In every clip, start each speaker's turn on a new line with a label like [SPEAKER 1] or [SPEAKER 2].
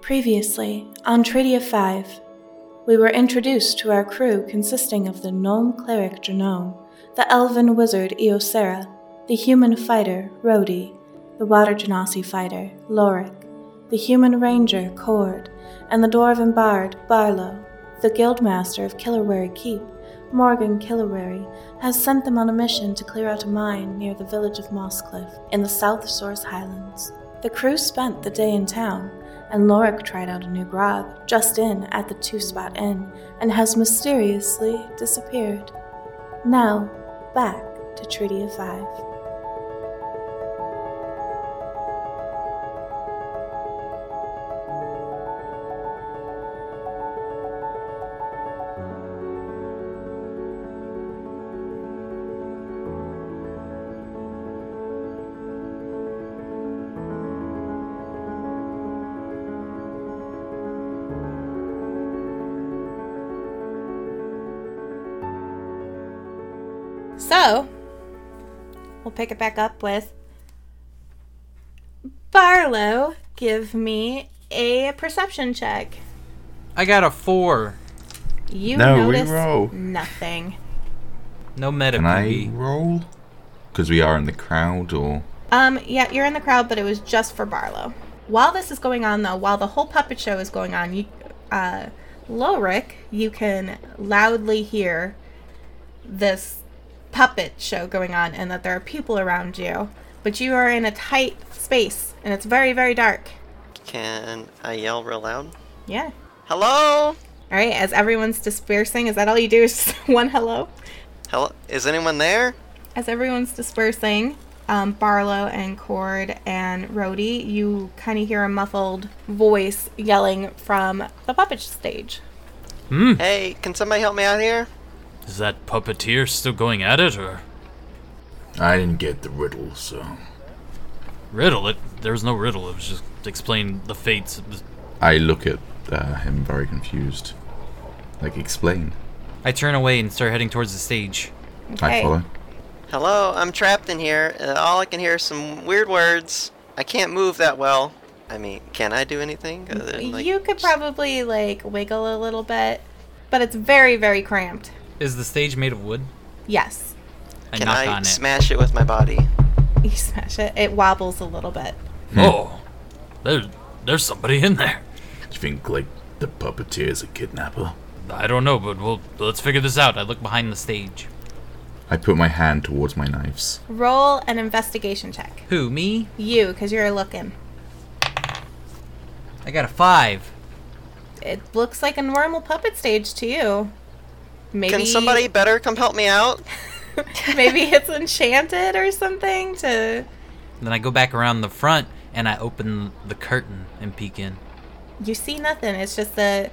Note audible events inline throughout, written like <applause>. [SPEAKER 1] Previously, on Treaty of Five, we were introduced to our crew consisting of the gnome cleric Janome, the elven wizard Eosera, the human fighter Rodi, the water genasi fighter Lorik, the human ranger Cord, and the dwarven bard Barlow. The guildmaster of Killerwary Keep, Morgan Killerwary, has sent them on a mission to clear out a mine near the village of Mosscliff in the South Source Highlands. The crew spent the day in town, and Lorik tried out a new grog just in at the Two Spot Inn and has mysteriously disappeared. Now, back to Treaty of Five.
[SPEAKER 2] So, we'll pick it back up with Barlow, give me a perception check.
[SPEAKER 3] I got a four.
[SPEAKER 2] You
[SPEAKER 4] No, we
[SPEAKER 2] notice
[SPEAKER 4] roll.
[SPEAKER 2] nothing.
[SPEAKER 3] No meta
[SPEAKER 4] Can I
[SPEAKER 3] PB.
[SPEAKER 4] roll? Because we are in the crowd, or
[SPEAKER 2] Um, yeah, you're in the crowd, but it was just for Barlow. While this is going on, though, while the whole puppet show is going on, you, uh, Lorik, you can loudly hear this puppet show going on and that there are people around you, but you are in a tight space and it's very, very dark.
[SPEAKER 5] Can I yell real loud?
[SPEAKER 2] Yeah.
[SPEAKER 5] Hello?
[SPEAKER 2] All right, as everyone's dispersing, is that all you do <laughs> is just one hello?
[SPEAKER 5] Hello? Is anyone there?
[SPEAKER 2] As everyone's dispersing, um, Barlow and Cord and Rhodey, you kind of hear a muffled voice yelling from the puppet stage.
[SPEAKER 5] Hey, can somebody help me out here?
[SPEAKER 6] Is that puppeteer still going at it, or
[SPEAKER 4] I didn't get the riddle, so
[SPEAKER 6] riddle it? There was no riddle. It was just explain the fates. It was-
[SPEAKER 4] I look at uh, him very confused. Like, explain.
[SPEAKER 3] I turn away and start heading towards the stage.
[SPEAKER 2] Okay.
[SPEAKER 4] I follow.
[SPEAKER 5] Hello, I'm trapped in here. Uh, all I can hear is some weird words. I can't move that well. I mean, can I do anything? Other than, like,
[SPEAKER 2] you could probably like wiggle a little bit, but it's very, very cramped.
[SPEAKER 3] Is the stage made of wood?
[SPEAKER 2] Yes,
[SPEAKER 3] I
[SPEAKER 5] Can
[SPEAKER 3] knock
[SPEAKER 5] I
[SPEAKER 3] on
[SPEAKER 5] smash it with my body?
[SPEAKER 2] <laughs> you smash it. It wobbles a little bit.
[SPEAKER 4] Hmm.
[SPEAKER 6] Oh, there's there's somebody in there.
[SPEAKER 4] Do you think like the puppeteer is a kidnapper?
[SPEAKER 6] I don't know, but we'll let's figure this out.
[SPEAKER 3] it. I look behind the stage.
[SPEAKER 4] I put my hand towards my knives.
[SPEAKER 2] Roll an investigation check.
[SPEAKER 3] Who, me?
[SPEAKER 2] You, because you're looking.
[SPEAKER 3] I got a five.
[SPEAKER 2] It looks like a normal puppet stage to you. Maybe
[SPEAKER 5] Can somebody better come help me out?
[SPEAKER 2] <laughs> maybe it's enchanted or something to
[SPEAKER 3] Then I go back around the front and I open the curtain and peek in.
[SPEAKER 2] you see nothing it's just the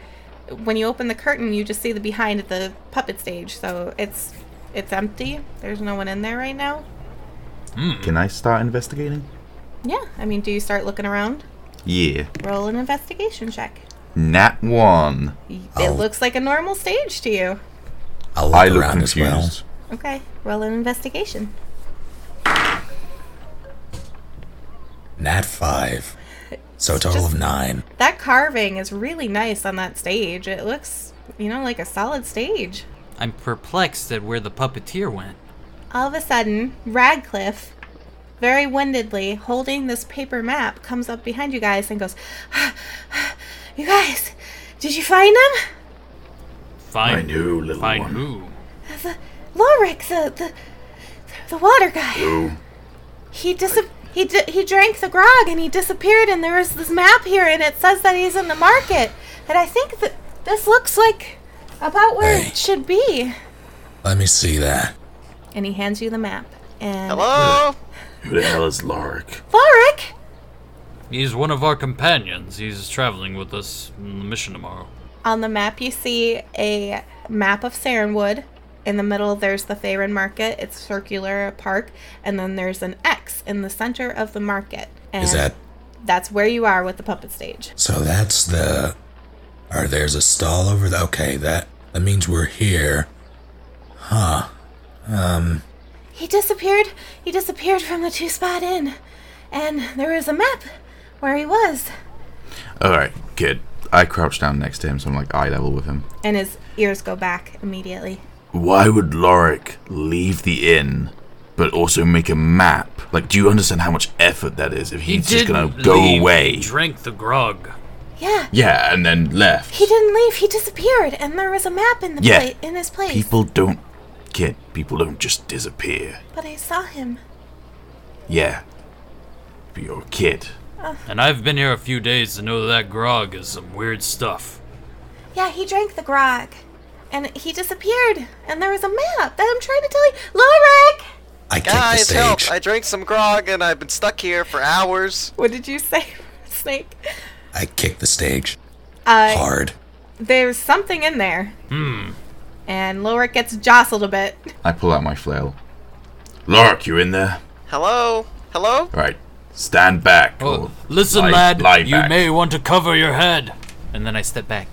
[SPEAKER 2] when you open the curtain you just see the behind of the puppet stage so it's it's empty there's no one in there right now
[SPEAKER 4] Can I start investigating?
[SPEAKER 2] yeah i mean do you start looking around
[SPEAKER 4] Yeah.
[SPEAKER 2] roll an investigation check
[SPEAKER 4] Nat one.
[SPEAKER 2] it looks like a normal stage to you
[SPEAKER 7] I'll look
[SPEAKER 4] I look
[SPEAKER 7] around as well.
[SPEAKER 4] confused.
[SPEAKER 2] okay roll an investigation
[SPEAKER 7] Nat 5. So a total of 9.
[SPEAKER 2] that carving is really nice on that stage it looks you know like a solid stage
[SPEAKER 3] I'm perplexed at where the puppeteer went.
[SPEAKER 2] All of a sudden, Radcliffe, very windedly holding this paper map, comes up behind you guys and goes, "Ah, You guys, did you find them?
[SPEAKER 6] Fine.
[SPEAKER 4] I knew, little
[SPEAKER 6] Fine.
[SPEAKER 4] one.
[SPEAKER 6] Who?
[SPEAKER 2] Lorik, the, the, the water guy.
[SPEAKER 4] Hello.
[SPEAKER 2] He dis- he, di- he drank the grog and he disappeared, and there is this map here, and it says that he's in the market. And I think that this looks like about where
[SPEAKER 7] Hey.
[SPEAKER 2] it should be.
[SPEAKER 7] Let me see that.
[SPEAKER 2] And he hands you the map. And
[SPEAKER 5] Hello?
[SPEAKER 4] Who the hell is Lorik?
[SPEAKER 2] Lorik!
[SPEAKER 6] He's one of our companions. He's traveling with us on the mission tomorrow.
[SPEAKER 2] On the map, you see a map of Sarenwood. In the middle, there's the Faerun Market. It's circular a park, and then there's an X in the center of the market. And
[SPEAKER 7] Is that
[SPEAKER 2] That's where you are with the puppet stage.
[SPEAKER 7] so? That's the. Or there's a stall over the. Okay, that that means we're here. Huh. Um.
[SPEAKER 2] He disappeared. He disappeared from the two spot inn, and there was a map where he was.
[SPEAKER 4] All right, good. I crouch down next to him, so I'm like eye level with him.
[SPEAKER 2] And his ears go back immediately.
[SPEAKER 4] Why would Lorik leave the inn, but also make a map? Like, do you understand how much effort that is? If he's just gonna
[SPEAKER 6] didn't
[SPEAKER 4] go
[SPEAKER 6] leave,
[SPEAKER 4] away,
[SPEAKER 6] He drank the grog.
[SPEAKER 2] Yeah,
[SPEAKER 4] yeah, and then left.
[SPEAKER 2] he didn't leave. He disappeared, and there was a map in the
[SPEAKER 4] Yeah.
[SPEAKER 2] pla- in his place.
[SPEAKER 4] People don't, kid. People don't just disappear.
[SPEAKER 2] But I saw him.
[SPEAKER 4] Yeah, but you're a kid.
[SPEAKER 6] And I've been here a few days to know that grog is some weird stuff.
[SPEAKER 2] Yeah, he drank the grog, and he disappeared. And there was a map that I'm trying to tell you, Lorik.
[SPEAKER 7] I take the
[SPEAKER 5] Guys, help!
[SPEAKER 7] stage.
[SPEAKER 5] I drank some grog and I've been stuck here for hours.
[SPEAKER 2] What did you say, <laughs> Snake?
[SPEAKER 7] I kick the stage
[SPEAKER 2] Uh,
[SPEAKER 7] hard.
[SPEAKER 2] there's something in there. Hmm. And Lorik gets jostled a bit.
[SPEAKER 4] I pull out my flail. Lorik, you in there?
[SPEAKER 5] Hello? Hello?
[SPEAKER 4] All right, stand back.
[SPEAKER 6] Oh,
[SPEAKER 4] or
[SPEAKER 6] listen,
[SPEAKER 4] lie-
[SPEAKER 6] lad,
[SPEAKER 4] lie
[SPEAKER 6] you
[SPEAKER 4] back.
[SPEAKER 6] may want to cover your head. And then I step back.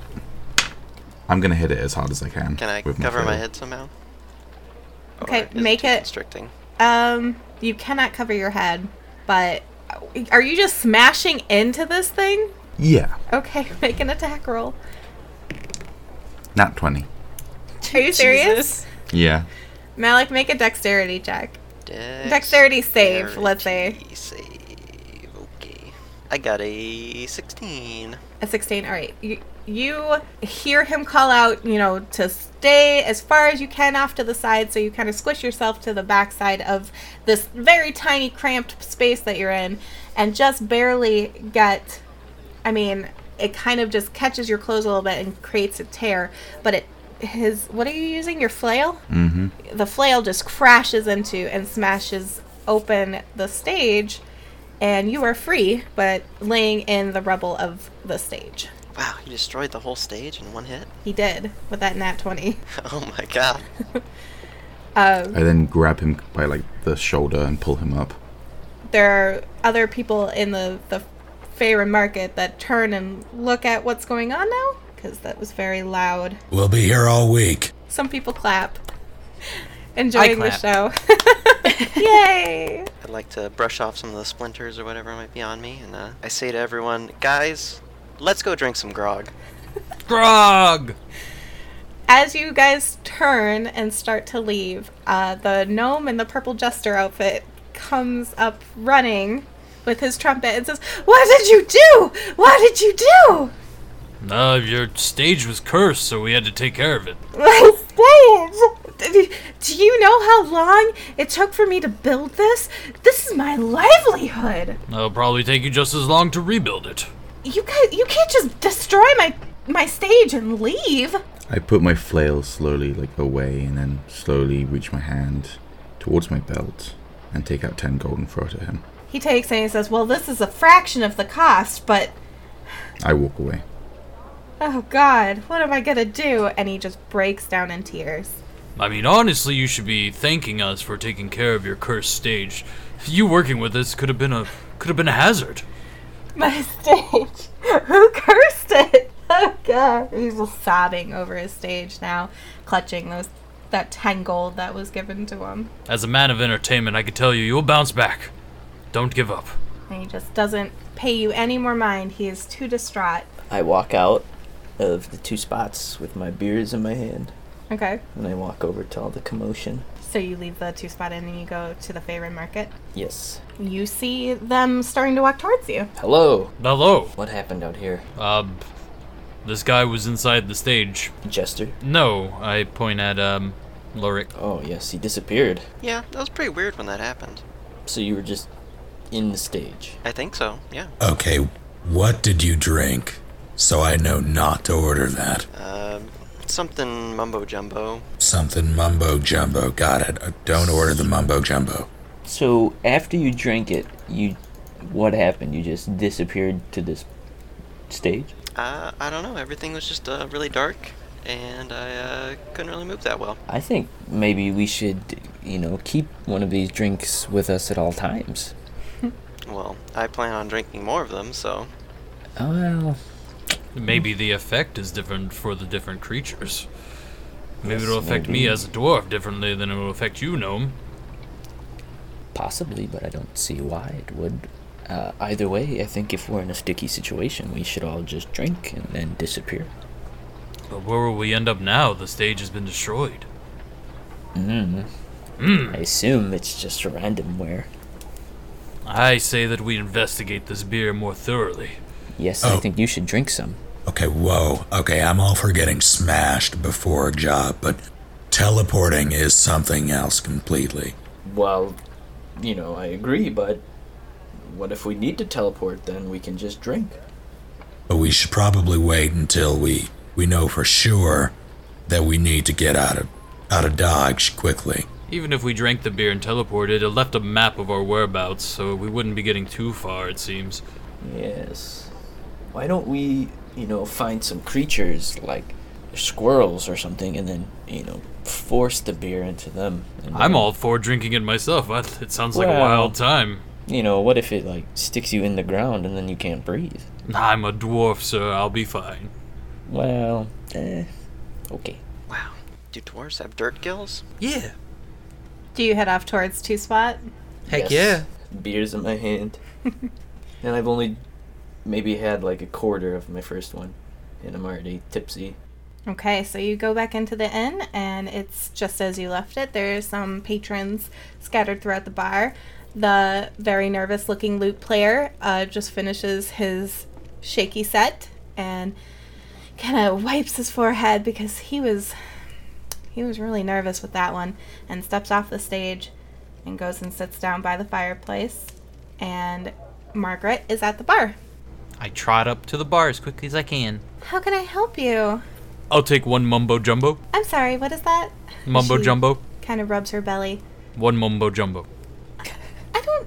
[SPEAKER 4] I'm gonna hit it as hard as I can.
[SPEAKER 5] Can I
[SPEAKER 4] with
[SPEAKER 5] cover my
[SPEAKER 4] flail.
[SPEAKER 5] head somehow?
[SPEAKER 2] Okay,
[SPEAKER 5] Is
[SPEAKER 2] make
[SPEAKER 5] too
[SPEAKER 2] it.
[SPEAKER 5] Constricting.
[SPEAKER 2] Um, you cannot cover your head, but are you just smashing into this thing?
[SPEAKER 4] Yeah,
[SPEAKER 2] Okay, <laughs> make an attack roll.
[SPEAKER 4] nat twenty.
[SPEAKER 2] Are you serious?
[SPEAKER 8] Jesus.
[SPEAKER 4] Yeah.
[SPEAKER 2] Malik, make a dexterity check.
[SPEAKER 5] Dex-
[SPEAKER 2] Dexterity save, let's say.
[SPEAKER 5] dexterity Save. Okay. I got a 16.
[SPEAKER 2] A 16. All right. You, you hear him call out, you know, to stay as far as you can off to the side. So you kind of squish yourself to the backside of this very tiny, cramped space that you're in and just barely get. I mean, it kind of just catches your clothes a little bit and creates a tear. But it. His. What are you using? Your flail?
[SPEAKER 4] Mm-hmm.
[SPEAKER 2] the flail just crashes into and smashes open the stage and you are free but laying in the rubble of the stage
[SPEAKER 5] Wow, you destroyed the whole stage in one hit? <laughs>
[SPEAKER 2] he did with that nat 20
[SPEAKER 5] Oh my god.
[SPEAKER 2] um,
[SPEAKER 4] I then grab him by like the shoulder and pull him up.
[SPEAKER 2] there are other people in the the Faerun market that turn and look at what's going on now because that was very loud
[SPEAKER 7] We'll be here all week.
[SPEAKER 2] some people clap <laughs> enjoying
[SPEAKER 3] clap.
[SPEAKER 2] the show yay
[SPEAKER 5] I'd like to brush off some of the splinters or whatever might be on me, and uh, I say to everyone, guys, let's go drink some grog.
[SPEAKER 3] Grog!
[SPEAKER 2] as you guys turn and start to leave, uh, the gnome in the purple jester outfit comes up running with his trumpet and says, What did you do? What did you do?
[SPEAKER 6] Uh, your stage was cursed, so we had to take care of it.
[SPEAKER 2] My stage! Did you- Do you know how long it took for me to build this? This is my livelihood.
[SPEAKER 6] It'll probably take you just as long to rebuild it.
[SPEAKER 2] You guys, you can't just destroy my my stage and leave.
[SPEAKER 4] I put my flail slowly like away and then slowly reach my hand towards my belt and take out ten gold and throw it at him.
[SPEAKER 2] He takes it and he says, "Well, this is a fraction of the cost, but
[SPEAKER 4] I walk away.
[SPEAKER 2] Oh God, what am I gonna do? And he just breaks down in tears. <laughs>
[SPEAKER 6] I mean, honestly, you should be thanking us for taking care of your cursed stage. You working with us could have been a could have been a hazard.
[SPEAKER 2] My stage. Who cursed it? <laughs> Oh God. He's just sobbing over his stage now, clutching those that ten gold that was given to him.
[SPEAKER 6] As a man of entertainment, I could tell you, you'll bounce back. Don't give up.
[SPEAKER 2] And he just doesn't pay you any more mind. He is too distraught.
[SPEAKER 8] I walk out of the two spots with my beers in my hand,
[SPEAKER 2] Okay.
[SPEAKER 8] and I walk over to all the commotion.
[SPEAKER 2] So you leave the two spot in and you go to the Favorite Market.
[SPEAKER 8] Yes.
[SPEAKER 2] You see them starting to walk towards you.
[SPEAKER 8] Hello.
[SPEAKER 6] Hello.
[SPEAKER 8] What happened out here?
[SPEAKER 6] Um, this guy was inside the stage.
[SPEAKER 8] Jester?
[SPEAKER 6] No, I point at um, Lorik.
[SPEAKER 8] Oh, yes, he disappeared.
[SPEAKER 5] Yeah, that was pretty weird when that happened.
[SPEAKER 8] So you were just in the stage.
[SPEAKER 5] I think so, yeah.
[SPEAKER 7] Okay, what did you drink? So I know not to order that.
[SPEAKER 5] Um, something mumbo jumbo.
[SPEAKER 7] Something mumbo jumbo. Got it. Uh, Don't order the mumbo jumbo.
[SPEAKER 8] So after you drank it, you. What happened? You just disappeared to this stage?
[SPEAKER 5] Uh, I don't know, everything was just uh, really dark, and I uh, couldn't really move that well.
[SPEAKER 8] I think maybe we should, you know, keep one of these drinks with us at all times.
[SPEAKER 5] Well, I plan on drinking more of them, so.
[SPEAKER 8] Well,
[SPEAKER 6] Maybe the effect is different for the different creatures. Maybe
[SPEAKER 8] Yes,
[SPEAKER 6] it'll affect me
[SPEAKER 8] maybe.
[SPEAKER 6] as a dwarf differently than it will affect you, gnome.
[SPEAKER 8] possibly, but I don't see why it would. Uh, either way, I think if we're in a sticky situation, we should all just drink and then disappear.
[SPEAKER 6] But where will we end up now? The stage has been destroyed.
[SPEAKER 9] Hmm.
[SPEAKER 8] I assume it's just random where.
[SPEAKER 6] I say that we investigate this beer more thoroughly.
[SPEAKER 8] Yes, I
[SPEAKER 7] Oh.
[SPEAKER 8] think you should drink some.
[SPEAKER 7] Okay, whoa. Okay, I'm all for getting smashed before a job, but teleporting is something else completely.
[SPEAKER 9] Well, you know, I agree, but what if we need to teleport? Then we can just drink.
[SPEAKER 7] But we should probably wait until we we know for sure that we need to get out of out of Dodge quickly.
[SPEAKER 6] Even if we drank the beer and teleported, it left a map of our whereabouts, so we wouldn't be getting too far, it seems.
[SPEAKER 9] Yes. Why don't we, you know, find some creatures like
[SPEAKER 8] Squirrels or something, and then, you know, force the beer into them. and
[SPEAKER 6] I'm
[SPEAKER 8] then-
[SPEAKER 6] all for drinking it myself. I, it sounds like a
[SPEAKER 8] Well-
[SPEAKER 6] wild time.
[SPEAKER 8] You know, what if it, like, sticks you in the ground and then you can't breathe?
[SPEAKER 6] I'm a dwarf, sir. I'll be fine.
[SPEAKER 8] Well, eh. Okay.
[SPEAKER 5] Wow. Do dwarves have dirt gills?
[SPEAKER 3] Yeah.
[SPEAKER 2] Do you head off towards Two Spot?
[SPEAKER 3] Heck
[SPEAKER 9] Yes. beers in my hand? and I've only maybe had like a quarter of my first one, and I'm already tipsy.
[SPEAKER 2] Okay, so you go back into the inn, and it's just as you left it. There's some patrons scattered throughout the bar. The very nervous looking lute player uh, just finishes his shaky set and kind of wipes his forehead because he was he was really nervous with that one and steps off the stage and goes and sits down by the fireplace and Margaret is at the bar.
[SPEAKER 3] I trot up to the bar as quickly as I can.
[SPEAKER 2] How can I help you?
[SPEAKER 6] I'll take one mumbo jumbo.
[SPEAKER 2] I'm sorry, what is that?
[SPEAKER 6] Mumbo
[SPEAKER 2] She-
[SPEAKER 6] jumbo.
[SPEAKER 2] kind of rubs her belly.
[SPEAKER 6] One mumbo jumbo.
[SPEAKER 2] I don't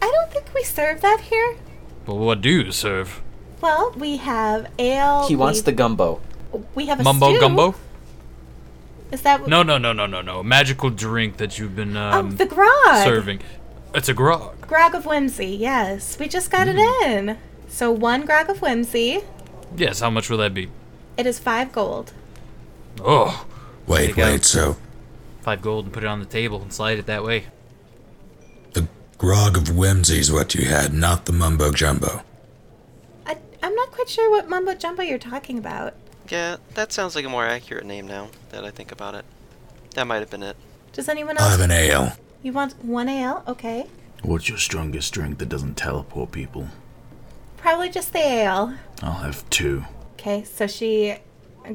[SPEAKER 2] I don't think we serve that here.
[SPEAKER 6] But what do you serve?
[SPEAKER 2] Well, we have ale.
[SPEAKER 9] He wants the
[SPEAKER 2] we,
[SPEAKER 9] gumbo.
[SPEAKER 2] We have a
[SPEAKER 6] Mumbo
[SPEAKER 2] stew.
[SPEAKER 6] gumbo?
[SPEAKER 2] Is that
[SPEAKER 6] No, no, no, no, no, no. Magical drink that you've been
[SPEAKER 2] Oh,
[SPEAKER 6] um,
[SPEAKER 2] the grog.
[SPEAKER 6] serving. It's a grog.
[SPEAKER 2] Grog of whimsy. Yes, we just got
[SPEAKER 6] Mm.
[SPEAKER 2] it in. So one grog of whimsy.
[SPEAKER 6] Yes, how much will that be?
[SPEAKER 2] It is five gold.
[SPEAKER 6] Oh,
[SPEAKER 7] Wait,
[SPEAKER 3] Take out-
[SPEAKER 7] wait. So
[SPEAKER 3] Five gold and put it on the table and slide it that way.
[SPEAKER 7] the grog of whimsy is what you had, not the mumbo jumbo.
[SPEAKER 2] I, I'm not quite sure what mumbo jumbo you're talking about.
[SPEAKER 5] Yeah, that sounds like a more accurate name now that I think about it. That might have been it.
[SPEAKER 2] Does anyone
[SPEAKER 7] I
[SPEAKER 2] else?
[SPEAKER 7] have an ale.
[SPEAKER 2] You want one ale? Okay.
[SPEAKER 4] What's your strongest drink that doesn't teleport people?
[SPEAKER 2] Probably just the ale.
[SPEAKER 4] I'll have two.
[SPEAKER 2] Okay, so she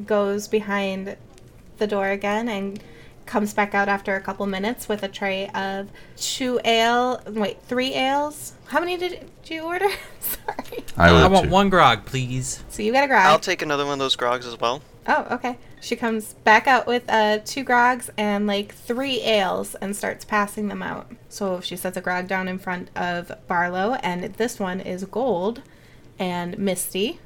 [SPEAKER 2] goes behind the door again and comes back out after a couple minutes with a tray of two ale. Wait, three ales. How many did, did you order? <laughs> Sorry.
[SPEAKER 4] I,
[SPEAKER 3] I
[SPEAKER 4] will
[SPEAKER 3] want
[SPEAKER 4] too.
[SPEAKER 3] one grog, please.
[SPEAKER 2] So you got a grog.
[SPEAKER 5] I'll take another one of those grogs as well.
[SPEAKER 2] oh, okay. She comes back out with uh, two grogs and like three ales and starts passing them out. So she sets a grog down in front of Barlow, and this one is gold and misty.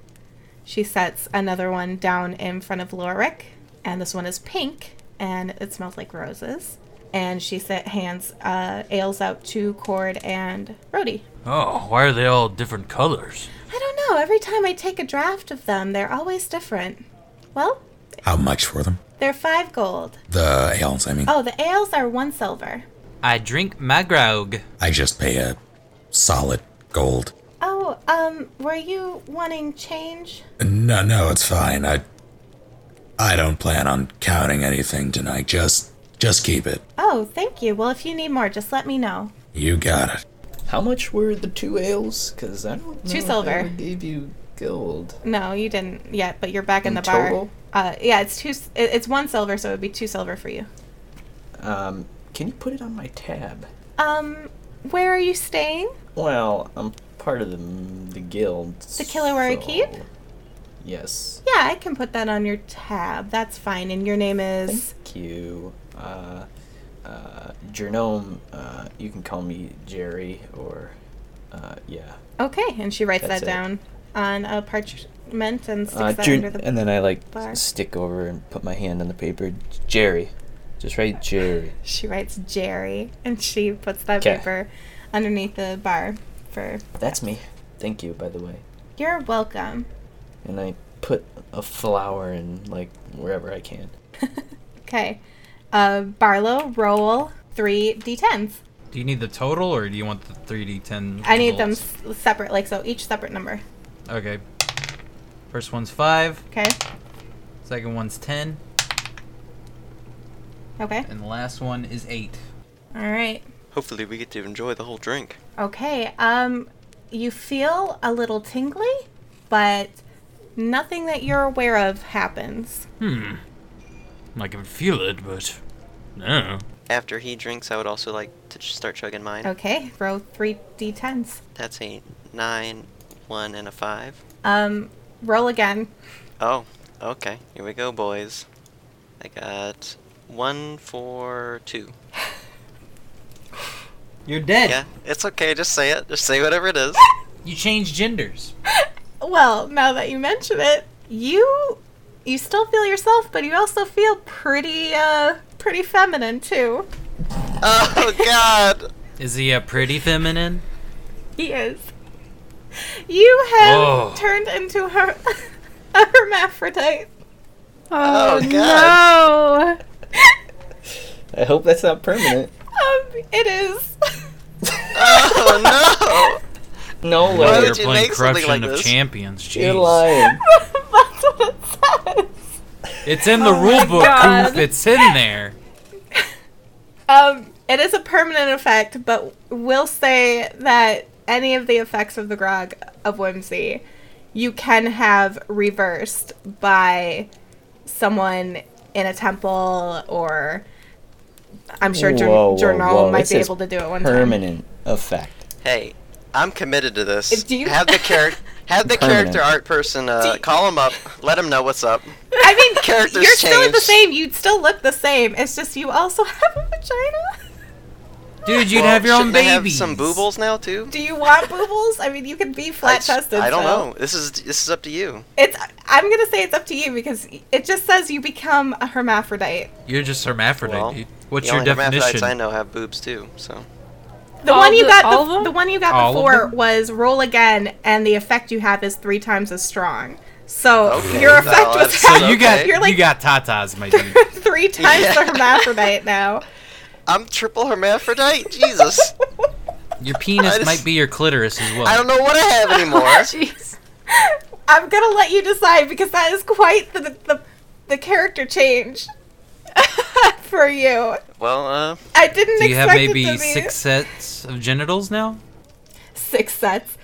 [SPEAKER 2] She sets another one down in front of Lorik, and this one is pink, and it smells like roses. And she set hands uh, ales out to Cord and Rhodey.
[SPEAKER 6] Oh, why are they all different colors?
[SPEAKER 2] I don't know. Every time I take a draft of them, they're always different. Well,
[SPEAKER 7] How much for them?
[SPEAKER 2] they're five gold.
[SPEAKER 7] The ales, I mean.
[SPEAKER 2] Oh, the ales are one silver.
[SPEAKER 3] I drink my grog.
[SPEAKER 7] I just pay a solid gold.
[SPEAKER 2] Oh, um, were you wanting change?
[SPEAKER 7] No, no, it's fine. I I don't plan on counting anything tonight. Just just keep it.
[SPEAKER 2] Oh, thank you. Well, if you need more, just let me know.
[SPEAKER 7] You got it.
[SPEAKER 9] How much were the two ales? Because I don't know
[SPEAKER 2] Two
[SPEAKER 9] if I
[SPEAKER 2] silver.
[SPEAKER 9] ever gave you gold.
[SPEAKER 2] No, you didn't yet, but you're back in,
[SPEAKER 9] In
[SPEAKER 2] the bar.
[SPEAKER 9] total?
[SPEAKER 2] Uh, yeah, it's two. s- it- It's one silver, so it would be two silver for you.
[SPEAKER 9] Um, can you put it on my tab?
[SPEAKER 2] Um, where are you staying?
[SPEAKER 9] Well, I'm part of the the guild. The
[SPEAKER 2] Kilauea Keep?
[SPEAKER 9] Yes.
[SPEAKER 2] Yeah, I can put that on your tab. That's fine. And your name is
[SPEAKER 9] Thank you. Uh, uh, Jernome, uh, you can call me Jerry or, uh, yeah.
[SPEAKER 2] okay. And she writes
[SPEAKER 9] That's
[SPEAKER 2] that
[SPEAKER 9] it.
[SPEAKER 2] down on a parchment and sticks
[SPEAKER 9] Uh,
[SPEAKER 2] that
[SPEAKER 9] Jer-
[SPEAKER 2] under the.
[SPEAKER 9] and then I like
[SPEAKER 2] bar.
[SPEAKER 9] stick over and put my hand on the paper. Jerry, just write Jerry.
[SPEAKER 2] She writes Jerry, and she puts that
[SPEAKER 9] 'Kay.
[SPEAKER 2] paper underneath the bar for.
[SPEAKER 9] That's me. Thank you, by the way.
[SPEAKER 2] You're welcome.
[SPEAKER 9] And I put a flower in like wherever I can.
[SPEAKER 2] Okay. Uh, Barlow, roll three d10s.
[SPEAKER 3] Do you need the total or do you want the 3d10?
[SPEAKER 2] I need them
[SPEAKER 3] rolls?
[SPEAKER 2] s- separate, like so, each separate number.
[SPEAKER 3] Okay. First one's 5,
[SPEAKER 2] Okay.
[SPEAKER 3] second one's 10,
[SPEAKER 2] Okay.
[SPEAKER 3] and the last one is 8.
[SPEAKER 2] All right.
[SPEAKER 5] Hopefully, we get to enjoy the whole drink.
[SPEAKER 2] Okay. Um, you feel a little tingly, but nothing that you're aware of happens.
[SPEAKER 6] I can feel it, but no.
[SPEAKER 5] After he drinks, I would also like to ch- start chugging mine.
[SPEAKER 2] Okay. Row three d10s.
[SPEAKER 5] That's a nine, one, and a five.
[SPEAKER 2] Um, roll again.
[SPEAKER 5] Oh, okay. Here we go, boys. I got one, four, two.
[SPEAKER 3] You're dead.
[SPEAKER 5] Yeah, it's okay. Just say it. Just say whatever it <laughs> is.
[SPEAKER 3] You changed genders.
[SPEAKER 2] Well, now that you mention it, you you still feel yourself, but you also feel pretty uh pretty feminine too.
[SPEAKER 5] Oh God!
[SPEAKER 3] Is he a pretty feminine?
[SPEAKER 2] He is. You have
[SPEAKER 9] Oh.
[SPEAKER 6] Whoa.
[SPEAKER 2] turned into her <laughs> a hermaphrodite.
[SPEAKER 5] Oh, God!
[SPEAKER 2] No.
[SPEAKER 9] I hope that's not
[SPEAKER 2] <laughs>
[SPEAKER 9] permanent.
[SPEAKER 2] Um, it is.
[SPEAKER 5] Oh
[SPEAKER 9] No
[SPEAKER 5] Why
[SPEAKER 9] way.
[SPEAKER 5] would
[SPEAKER 6] You're
[SPEAKER 5] you
[SPEAKER 6] playing
[SPEAKER 5] make something
[SPEAKER 6] Corruption
[SPEAKER 5] like
[SPEAKER 6] of
[SPEAKER 5] this?
[SPEAKER 6] Champions.
[SPEAKER 9] You're
[SPEAKER 6] Jeez.
[SPEAKER 9] lying.
[SPEAKER 2] That's what it says.
[SPEAKER 6] It's in the rule book,
[SPEAKER 2] Oh God.
[SPEAKER 6] Poof. It's in there.
[SPEAKER 2] Um, it is a permanent effect, but we'll say that any of the effects of the grog of whimsy you can have reversed by someone in a temple or I'm sure
[SPEAKER 9] Whoa, whoa,
[SPEAKER 2] Journal
[SPEAKER 9] whoa, it
[SPEAKER 2] might be
[SPEAKER 9] says
[SPEAKER 2] able to do it one time.
[SPEAKER 9] Permanent effect.
[SPEAKER 5] no! Hey, I'm committed to this.
[SPEAKER 2] Do you-
[SPEAKER 5] have the
[SPEAKER 2] <laughs>
[SPEAKER 5] character? Have the
[SPEAKER 9] Permanent.
[SPEAKER 5] character art person uh,
[SPEAKER 2] you-
[SPEAKER 5] call him up. Let him know what's
[SPEAKER 2] <laughs>
[SPEAKER 5] up.
[SPEAKER 2] I
[SPEAKER 5] <laughs>
[SPEAKER 2] mean,
[SPEAKER 5] Characters
[SPEAKER 2] you're still the
[SPEAKER 5] change.
[SPEAKER 2] same. You'd still look the same. It's just you also <laughs> have a vagina.
[SPEAKER 3] Dude, you'd
[SPEAKER 5] Well,
[SPEAKER 3] have your own
[SPEAKER 5] shouldn't they
[SPEAKER 3] baby.
[SPEAKER 5] Have some boobles now too.
[SPEAKER 2] Do you want boobles? I mean, you can be
[SPEAKER 5] I
[SPEAKER 2] flat
[SPEAKER 5] s-
[SPEAKER 2] chested.
[SPEAKER 5] I don't know. This is this is up to you.
[SPEAKER 2] It's. I'm gonna say it's up to you because it just says you become a hermaphrodite.
[SPEAKER 6] You're just hermaphrodite,
[SPEAKER 5] Well,
[SPEAKER 6] dude. What's
[SPEAKER 5] the
[SPEAKER 6] your
[SPEAKER 5] only hermaphrodites
[SPEAKER 6] definition?
[SPEAKER 5] I know have boobs too. So
[SPEAKER 2] The
[SPEAKER 10] All
[SPEAKER 2] one you
[SPEAKER 10] the- all
[SPEAKER 2] got.
[SPEAKER 10] of
[SPEAKER 2] The,
[SPEAKER 10] them?
[SPEAKER 2] the one you got
[SPEAKER 6] All of
[SPEAKER 2] before
[SPEAKER 6] them?
[SPEAKER 2] was roll again, and the effect you have is three times as strong. So
[SPEAKER 5] Okay,
[SPEAKER 2] your
[SPEAKER 5] well,
[SPEAKER 2] effect was
[SPEAKER 5] that's-
[SPEAKER 6] So
[SPEAKER 2] <laughs>
[SPEAKER 5] Okay.
[SPEAKER 6] you got
[SPEAKER 2] You're like-
[SPEAKER 6] you got tatas, my
[SPEAKER 2] <laughs>
[SPEAKER 6] dude.
[SPEAKER 2] three times the
[SPEAKER 5] <laughs>
[SPEAKER 2] hermaphrodite now.
[SPEAKER 5] I'm triple
[SPEAKER 2] <laughs>
[SPEAKER 5] hermaphrodite. Jesus,
[SPEAKER 3] Your penis
[SPEAKER 5] just-
[SPEAKER 3] might be your clitoris as well.
[SPEAKER 5] I don't know what I have
[SPEAKER 2] <laughs>
[SPEAKER 5] anymore. <laughs>
[SPEAKER 2] I'm gonna let you decide because that is quite the the, the character change <laughs> for you.
[SPEAKER 5] well, uh,
[SPEAKER 2] I didn't
[SPEAKER 3] Do you have
[SPEAKER 2] expect it
[SPEAKER 3] maybe
[SPEAKER 2] to be
[SPEAKER 3] six sets of genitals now?
[SPEAKER 2] six sets.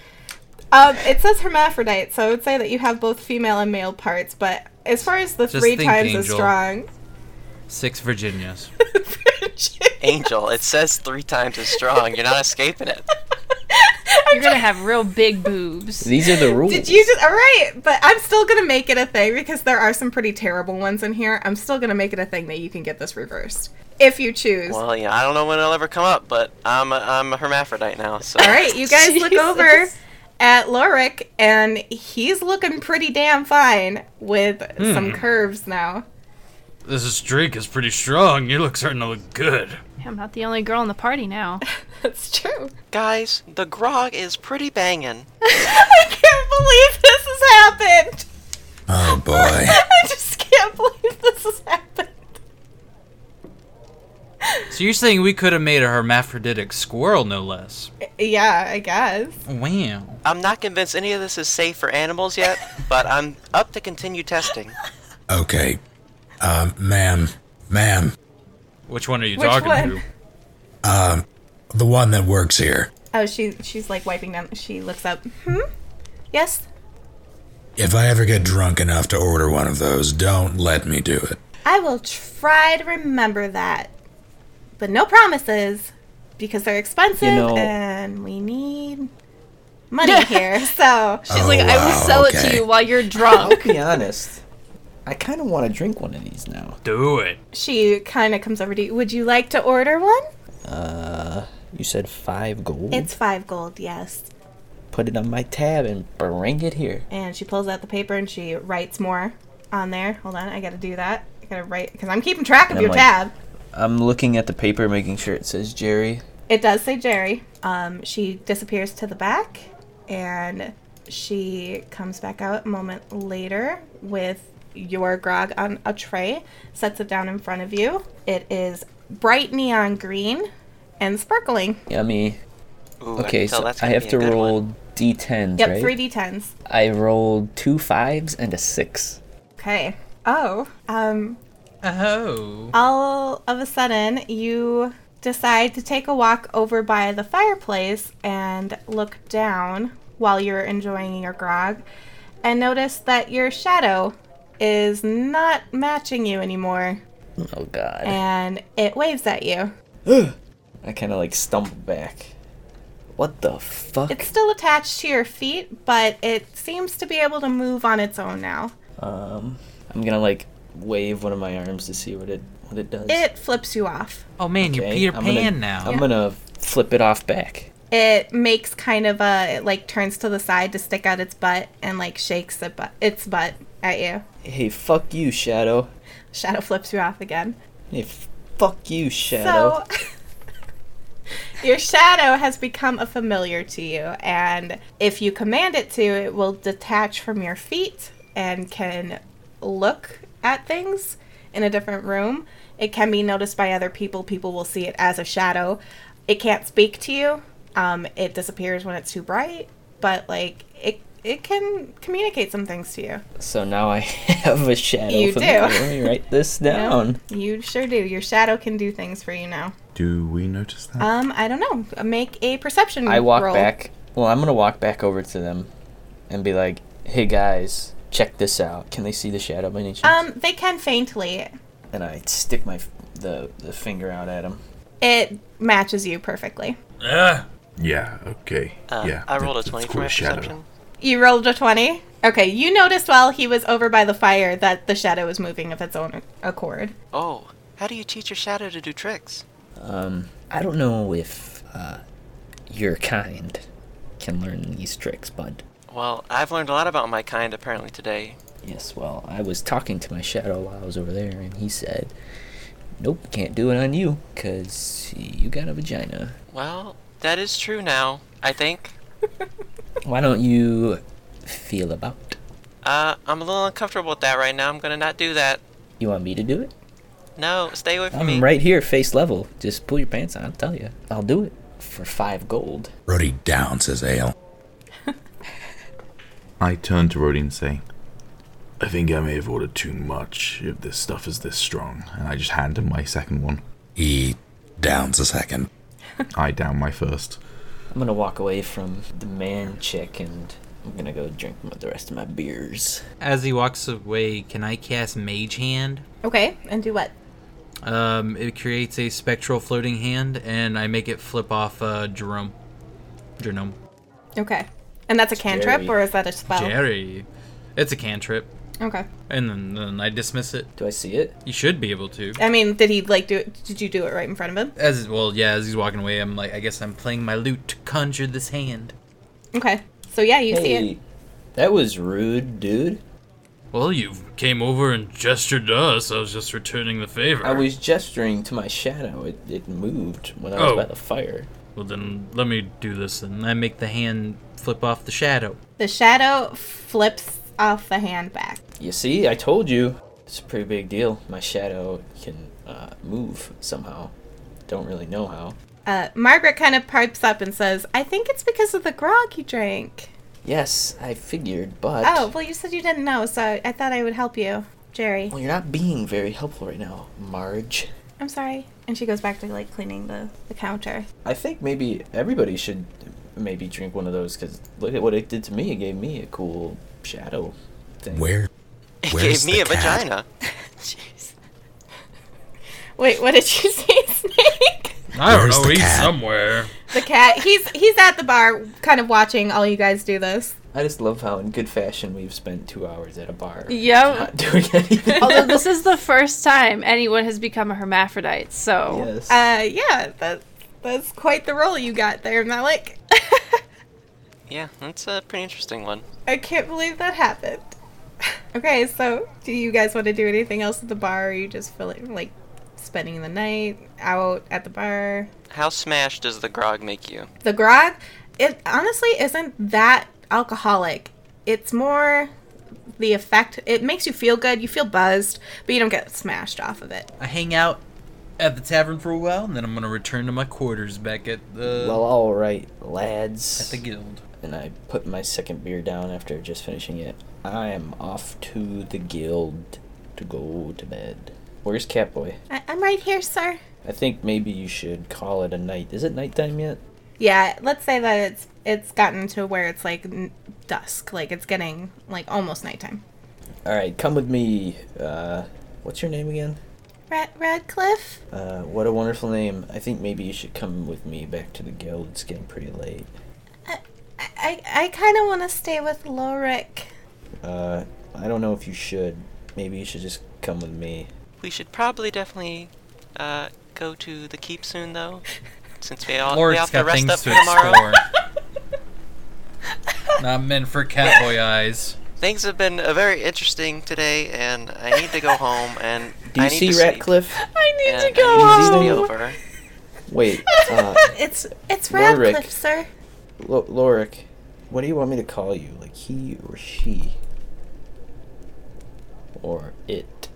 [SPEAKER 2] Um, it says hermaphrodite, so I would say that you have both female and male parts. But as far as the
[SPEAKER 3] Just
[SPEAKER 2] three
[SPEAKER 3] think,
[SPEAKER 2] times as
[SPEAKER 3] Angel.
[SPEAKER 2] strong,
[SPEAKER 3] Six Virginias.
[SPEAKER 5] Angel, it says three times as strong. You're not escaping
[SPEAKER 2] <laughs>
[SPEAKER 5] it.
[SPEAKER 10] You're gonna have real big boobs.
[SPEAKER 9] These are
[SPEAKER 2] <laughs>
[SPEAKER 9] the rules.
[SPEAKER 2] did you just all right? But I'm still gonna make it a thing because there are some pretty terrible ones in here. I'm still gonna make it a thing that you can get this reversed if you choose.
[SPEAKER 5] Well, yeah, I don't know when it'll ever come up, but I'm a, I'm a hermaphrodite now. So
[SPEAKER 2] All right, you guys look over at Lorik, and he's looking pretty damn fine with some
[SPEAKER 3] Hmm.
[SPEAKER 2] curves now.
[SPEAKER 6] <laughs> This drink is pretty strong. You look starting to look good.
[SPEAKER 10] I'm not the only girl in the party now.
[SPEAKER 2] That's true. <laughs>
[SPEAKER 5] guys, the grog is pretty banging.
[SPEAKER 2] I can't believe this has happened.
[SPEAKER 7] Oh boy.
[SPEAKER 2] <laughs> I just can't believe this has happened.
[SPEAKER 3] so you're saying we could have made a hermaphroditic squirrel, no less?
[SPEAKER 2] Yeah, I guess.
[SPEAKER 3] Wow.
[SPEAKER 5] I'm not convinced any of this is safe for animals <laughs> yet, but I'm up to continue testing.
[SPEAKER 7] Okay. Um, ma'am, ma'am,
[SPEAKER 6] Which one are you
[SPEAKER 2] Which
[SPEAKER 6] talking
[SPEAKER 2] one?
[SPEAKER 6] to?
[SPEAKER 7] the one that works here.
[SPEAKER 2] Oh, she she's like wiping down. She looks up. Hmm. Yes,
[SPEAKER 7] If I ever get drunk enough to order one of those, don't let me do it.
[SPEAKER 2] I will try to remember that, but no promises because they're expensive
[SPEAKER 9] You know-
[SPEAKER 2] and we need
[SPEAKER 9] <laughs>
[SPEAKER 2] money here. So
[SPEAKER 10] She's like,
[SPEAKER 7] Oh,
[SPEAKER 10] I will
[SPEAKER 7] wow,
[SPEAKER 10] sell it
[SPEAKER 7] okay.
[SPEAKER 10] to you while you're drunk.
[SPEAKER 9] I'll be honest. I kind of want to drink one of these now.
[SPEAKER 6] Do it.
[SPEAKER 2] she kind of comes over to you. Would you like to order one?
[SPEAKER 9] You said five gold.
[SPEAKER 2] It's five gold. Yes.
[SPEAKER 9] Put it on my tab and bring it here.
[SPEAKER 2] And she pulls out the paper and she writes more on there. Hold on, I gotta do that. I gotta write because I'm keeping track of
[SPEAKER 9] I'm
[SPEAKER 2] your
[SPEAKER 9] like-
[SPEAKER 2] tab.
[SPEAKER 9] I'm looking at the paper, making sure it says Jerry.
[SPEAKER 2] It does say Jerry. Um, she disappears to the back, and she comes back out a moment later with your grog on a tray. Sets it down in front of you. It is bright neon green, and sparkling.
[SPEAKER 8] Yummy.
[SPEAKER 5] Ooh, I
[SPEAKER 8] okay,
[SPEAKER 5] can tell
[SPEAKER 8] so
[SPEAKER 5] that's
[SPEAKER 8] I
[SPEAKER 5] gonna
[SPEAKER 8] have
[SPEAKER 5] be a
[SPEAKER 8] to
[SPEAKER 5] good
[SPEAKER 8] roll d10s,
[SPEAKER 2] Yep,
[SPEAKER 8] right?
[SPEAKER 2] three d10s.
[SPEAKER 8] I rolled two fives and a six.
[SPEAKER 2] Okay. Oh. Um.
[SPEAKER 3] Oh.
[SPEAKER 2] All of a sudden, you decide to take a walk over by the fireplace and look down while you're enjoying your grog, and notice that your shadow is not matching you anymore,
[SPEAKER 8] Oh god.
[SPEAKER 2] and it waves at you.
[SPEAKER 9] <gasps> I kind of like stumble back.
[SPEAKER 8] What the fuck?
[SPEAKER 2] It's still attached to your feet, but it seems to be able to move on its own now.
[SPEAKER 9] Um, I'm gonna like wave one of my arms to see what it what it does.
[SPEAKER 2] It flips you off.
[SPEAKER 3] Oh man, you're
[SPEAKER 9] Okay,
[SPEAKER 3] Peter
[SPEAKER 9] I'm
[SPEAKER 3] Pan
[SPEAKER 9] gonna,
[SPEAKER 3] now.
[SPEAKER 9] I'm gonna flip it off back.
[SPEAKER 2] It makes kind of a it like turns to the side to stick out its butt and like shakes it butt its butt at you.
[SPEAKER 9] Hey, fuck you, Shadow.
[SPEAKER 2] Shadow flips you off again.
[SPEAKER 9] Hey, f- fuck you, Shadow.
[SPEAKER 2] So <laughs> your shadow has become a familiar to you and if you command it to, it will detach from your feet and can look at things in a different room. It can be noticed by other people. People will see it as a shadow. It can't speak to you. Um, it disappears when it's too bright, but like it it can communicate some things to you.
[SPEAKER 9] So, now I <laughs> have a shadow.
[SPEAKER 2] You
[SPEAKER 9] for
[SPEAKER 2] do.
[SPEAKER 9] me. Let me write
[SPEAKER 2] <laughs>
[SPEAKER 9] this
[SPEAKER 2] You know?
[SPEAKER 9] down.
[SPEAKER 2] You sure do. Your shadow can do things for you now.
[SPEAKER 4] Do we notice that?
[SPEAKER 2] Um, I don't know. Make a perception.
[SPEAKER 9] I walk
[SPEAKER 2] Mm, roll.
[SPEAKER 9] back. Well, I'm gonna walk back over to them, and be like, "Hey guys, check this out. Can they see the shadow by any chance?"
[SPEAKER 2] Um, they can faintly.
[SPEAKER 9] and I stick my f- the the finger out at him.
[SPEAKER 2] It matches you perfectly.
[SPEAKER 6] Ugh.
[SPEAKER 4] yeah. Okay.
[SPEAKER 5] Uh,
[SPEAKER 4] yeah.
[SPEAKER 5] I
[SPEAKER 4] let-
[SPEAKER 5] rolled a
[SPEAKER 4] let's
[SPEAKER 5] 20 for
[SPEAKER 4] call
[SPEAKER 5] my
[SPEAKER 4] it shadow.
[SPEAKER 5] perception.
[SPEAKER 2] You rolled a twenty. Okay, you noticed while he was over by the fire that the shadow was moving of its own accord.
[SPEAKER 5] Oh, how do you teach your shadow to do tricks?
[SPEAKER 9] Um,
[SPEAKER 8] I don't know if uh, your kind can learn these tricks, bud.
[SPEAKER 5] Well, I've learned a lot about my kind apparently today.
[SPEAKER 8] Yes, well, I was talking to my shadow while I was over there, and he said, Nope, can't do it on you, 'cause you got a vagina.
[SPEAKER 5] Well, that is true now, I think.
[SPEAKER 8] Why don't you feel about?
[SPEAKER 5] Uh, I'm a little uncomfortable with that right now. I'm gonna not do that.
[SPEAKER 8] You want me to do it?
[SPEAKER 5] No, stay away from
[SPEAKER 8] I'm
[SPEAKER 5] me.
[SPEAKER 8] right here, face level. Just pull your pants on, I'll tell you. I'll do it for five gold.
[SPEAKER 7] Brody downs his ale.
[SPEAKER 4] I turn to Rhodey and say, I think I may have ordered too much if this stuff is this strong. And I just hand him my second one.
[SPEAKER 7] He downs a second.
[SPEAKER 4] I down my first.
[SPEAKER 9] I'm gonna walk away from the man chick, and I'm gonna go drink m- the rest of my beers.
[SPEAKER 3] As he walks away, can I cast Mage Hand?
[SPEAKER 2] Okay, and do what?
[SPEAKER 6] Um, it creates a spectral floating hand, and I make it flip off uh, Jerome. Jerome.
[SPEAKER 2] Okay, and that's a cantrip,
[SPEAKER 9] Jerry.
[SPEAKER 2] or is that a
[SPEAKER 9] Oh.
[SPEAKER 2] spell?
[SPEAKER 6] Jerry. It's a cantrip.
[SPEAKER 2] Okay.
[SPEAKER 6] And then, then I dismiss it.
[SPEAKER 9] Do I see it?
[SPEAKER 6] You should be able to.
[SPEAKER 2] I mean, did he like do it? Did you do it right in front of him?
[SPEAKER 6] As well, yeah. As he's walking away, I'm like, I guess I'm playing my lute to conjure this hand.
[SPEAKER 2] Okay, so yeah, you see it.
[SPEAKER 9] that was rude, dude.
[SPEAKER 6] Well, you came over and gestured to us. I was just returning the favor.
[SPEAKER 9] I was gesturing to my shadow. It, it moved when I was
[SPEAKER 6] Oh.
[SPEAKER 9] by the fire.
[SPEAKER 6] Well, then let me do this. And I make the hand flip off the shadow.
[SPEAKER 2] The shadow flips off the hand back.
[SPEAKER 9] You see, I told you. It's a pretty big deal. My shadow can uh, move somehow. Don't really know how.
[SPEAKER 2] Uh, Margaret kind of pipes up and says, I think it's because of the grog you drank.
[SPEAKER 9] Yes, I figured, but
[SPEAKER 2] Oh, well, you said you didn't know, so I thought I would help you, Jerry.
[SPEAKER 9] well, you're not being very helpful right now, Marge.
[SPEAKER 2] I'm sorry. And she goes back to, like, cleaning the, the counter.
[SPEAKER 9] I think maybe everybody should maybe drink one of those because look at what it did to me. It gave me a cool shadow
[SPEAKER 5] <laughs>
[SPEAKER 9] thing.
[SPEAKER 7] Where?
[SPEAKER 5] It
[SPEAKER 7] Where's
[SPEAKER 5] gave me
[SPEAKER 7] the
[SPEAKER 5] a
[SPEAKER 7] cat?
[SPEAKER 5] vagina.
[SPEAKER 2] Wait, what did you <laughs> say, Snake?
[SPEAKER 6] I
[SPEAKER 7] Where's the cat?
[SPEAKER 6] somewhere.
[SPEAKER 2] the cat. He's he's at the bar, kind of watching all you guys do this.
[SPEAKER 9] I just love how, in good fashion, we've spent two hours at a bar
[SPEAKER 10] Yep. Oh,
[SPEAKER 9] not <laughs> doing anything.
[SPEAKER 10] <laughs> Although this is the first time anyone has become a hermaphrodite, so
[SPEAKER 9] yes.
[SPEAKER 2] Uh, yeah, that, that's quite the role you got there, Malik.
[SPEAKER 5] Yeah, that's a pretty interesting one.
[SPEAKER 2] I can't believe that happened. <laughs> okay, so do you guys want to do anything else at the bar? Or are you just feeling like spending the night out at the bar?
[SPEAKER 5] How smashed does the grog make you?
[SPEAKER 2] The grog, it honestly isn't that alcoholic. It's more the effect. It makes you feel good. You feel buzzed, but you don't get smashed off of it.
[SPEAKER 3] I hang out
[SPEAKER 6] at the tavern for a while, and then I'm gonna return to my quarters back at the
[SPEAKER 9] well, all right, lads.
[SPEAKER 6] at the guild.
[SPEAKER 9] and I put my second beer down after just finishing it. I am off to the guild to go to bed. Where's Catboy?
[SPEAKER 2] I- I'm right here, sir.
[SPEAKER 9] I think maybe you should call it a night. Is it nighttime yet?
[SPEAKER 2] Yeah, let's say that it's it's gotten to where it's like n- dusk, like it's getting like almost nighttime.
[SPEAKER 9] All right, come with me. Uh, what's your name again?
[SPEAKER 2] Rad- Radcliffe,
[SPEAKER 9] Uh, what a wonderful name. I think maybe you should come with me back to the guild. It's getting pretty late.
[SPEAKER 2] I I kind of want to stay with Lorik.
[SPEAKER 9] Uh, I don't know if you should. Maybe you should just come with me.
[SPEAKER 5] We should probably definitely uh, go to the keep soon, though, since we all we
[SPEAKER 6] Lord's
[SPEAKER 5] have to
[SPEAKER 6] got
[SPEAKER 5] rest up
[SPEAKER 6] things
[SPEAKER 5] for
[SPEAKER 6] to
[SPEAKER 5] tomorrow.
[SPEAKER 6] explore.
[SPEAKER 7] <laughs>
[SPEAKER 6] Not meant for catboy eyes.
[SPEAKER 5] Things have been uh, very interesting today, and I need to go home. And
[SPEAKER 9] Do you
[SPEAKER 5] I need
[SPEAKER 9] see
[SPEAKER 5] to sleep, <laughs>
[SPEAKER 9] Ratcliffe?
[SPEAKER 2] I need
[SPEAKER 5] and
[SPEAKER 2] to
[SPEAKER 5] I need
[SPEAKER 2] go
[SPEAKER 5] this to be
[SPEAKER 2] home.
[SPEAKER 5] over.
[SPEAKER 9] Wait, uh,
[SPEAKER 2] <laughs> It's it's
[SPEAKER 9] Lorik.
[SPEAKER 2] Radcliffe, sir.
[SPEAKER 9] L- Lorik, what do you want me to call you? Like he or she? Or it?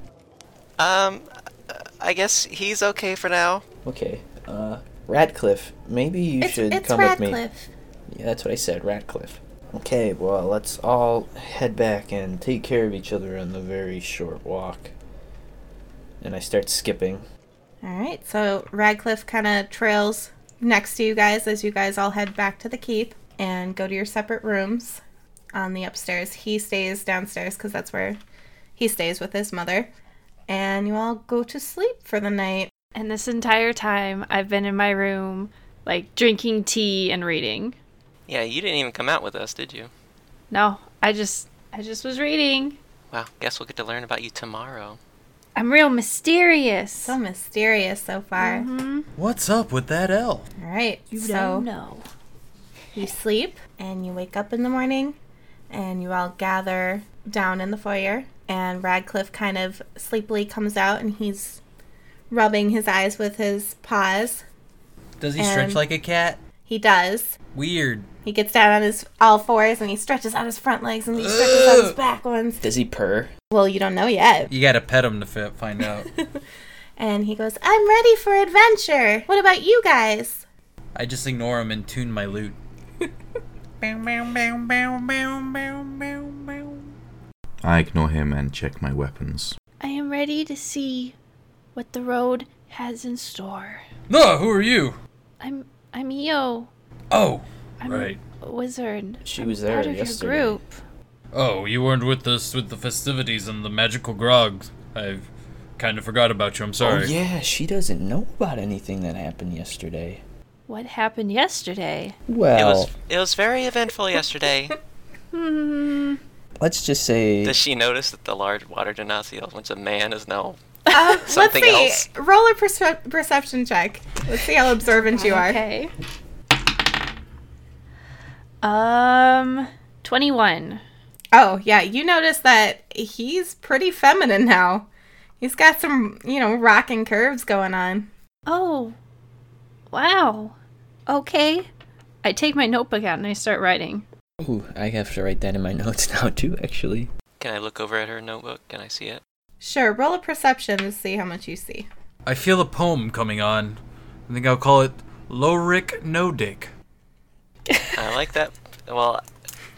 [SPEAKER 5] Um, uh, I guess he's okay for now.
[SPEAKER 9] Okay, uh, Radcliffe, maybe you
[SPEAKER 2] It's
[SPEAKER 9] should
[SPEAKER 2] it's
[SPEAKER 9] come with me.
[SPEAKER 2] Radcliffe.
[SPEAKER 9] Yeah, that's what I said, Radcliffe. Okay, well, let's all head back and take care of each other on the very short walk. And I start skipping.
[SPEAKER 2] All right, so Radcliffe kind of trails next to you guys as you guys all head back to the keep and go to your separate rooms on the upstairs. He stays downstairs because that's where he stays with his mother. And you all go to sleep for the night.
[SPEAKER 10] And this entire time, I've been in my room, like drinking tea and reading.
[SPEAKER 5] Yeah, you didn't even come out with us, did you?
[SPEAKER 10] No, I just, I just was reading.
[SPEAKER 5] Wow, guess we'll get to learn about you tomorrow.
[SPEAKER 10] I'm real mysterious.
[SPEAKER 2] So mysterious so far.
[SPEAKER 6] What's up with that elf?
[SPEAKER 2] All right, so
[SPEAKER 10] know.
[SPEAKER 2] you sleep and you wake up in the morning and you all gather down in the foyer and radcliffe kind of sleepily comes out and he's rubbing his eyes with his paws
[SPEAKER 6] Does he
[SPEAKER 2] Um,
[SPEAKER 6] stretch like a cat?
[SPEAKER 2] he does
[SPEAKER 6] Weird.
[SPEAKER 2] he gets down on his all fours and he stretches out his front legs and he stretches out his back ones
[SPEAKER 9] Does he purr?
[SPEAKER 2] well you don't know yet
[SPEAKER 6] You gotta pet him to fi- find out.
[SPEAKER 2] and he goes i'm ready for adventure what about you guys
[SPEAKER 6] I just ignore him and tune my lute.
[SPEAKER 4] I ignore him and check my weapons.
[SPEAKER 10] I am ready to see what the road has in store.
[SPEAKER 6] No, who are you?
[SPEAKER 10] I'm, I'm Eo,
[SPEAKER 6] Oh,
[SPEAKER 10] I'm
[SPEAKER 6] right.
[SPEAKER 10] a wizard.
[SPEAKER 9] She
[SPEAKER 10] I'm
[SPEAKER 9] was there
[SPEAKER 10] part of
[SPEAKER 9] yesterday.
[SPEAKER 10] Your group.
[SPEAKER 6] Oh, you weren't with us with the festivities and the magical grogs. I've kind of forgot about you. I'm sorry.
[SPEAKER 7] Oh,
[SPEAKER 9] Yeah, she doesn't know about anything that happened yesterday.
[SPEAKER 10] What happened yesterday?
[SPEAKER 9] Well,
[SPEAKER 5] It was it was very eventful yesterday.
[SPEAKER 10] Hmm.
[SPEAKER 9] let's just say
[SPEAKER 5] Does she notice that the large water genasi was a man is now <laughs>
[SPEAKER 2] um, let's
[SPEAKER 5] Something
[SPEAKER 2] see
[SPEAKER 5] else.
[SPEAKER 2] roll a percep- perception check let's see how observant you are
[SPEAKER 10] Okay. Um, twenty-one.
[SPEAKER 2] Oh, yeah. You notice that he's pretty feminine now. He's got some, you know, rocking curves going on.
[SPEAKER 10] Oh, wow. Okay. I take my notebook out and I start writing.
[SPEAKER 8] Ooh, I have to write that
[SPEAKER 9] <laughs>
[SPEAKER 8] in my notes now too. Actually,
[SPEAKER 5] Can I look over at her notebook? Can I see it?
[SPEAKER 2] Sure, roll a perception to see how much you see.
[SPEAKER 6] I feel a poem coming on. I think I'll call it Lorick No Dick.
[SPEAKER 5] I like that.
[SPEAKER 2] <laughs>
[SPEAKER 5] Well,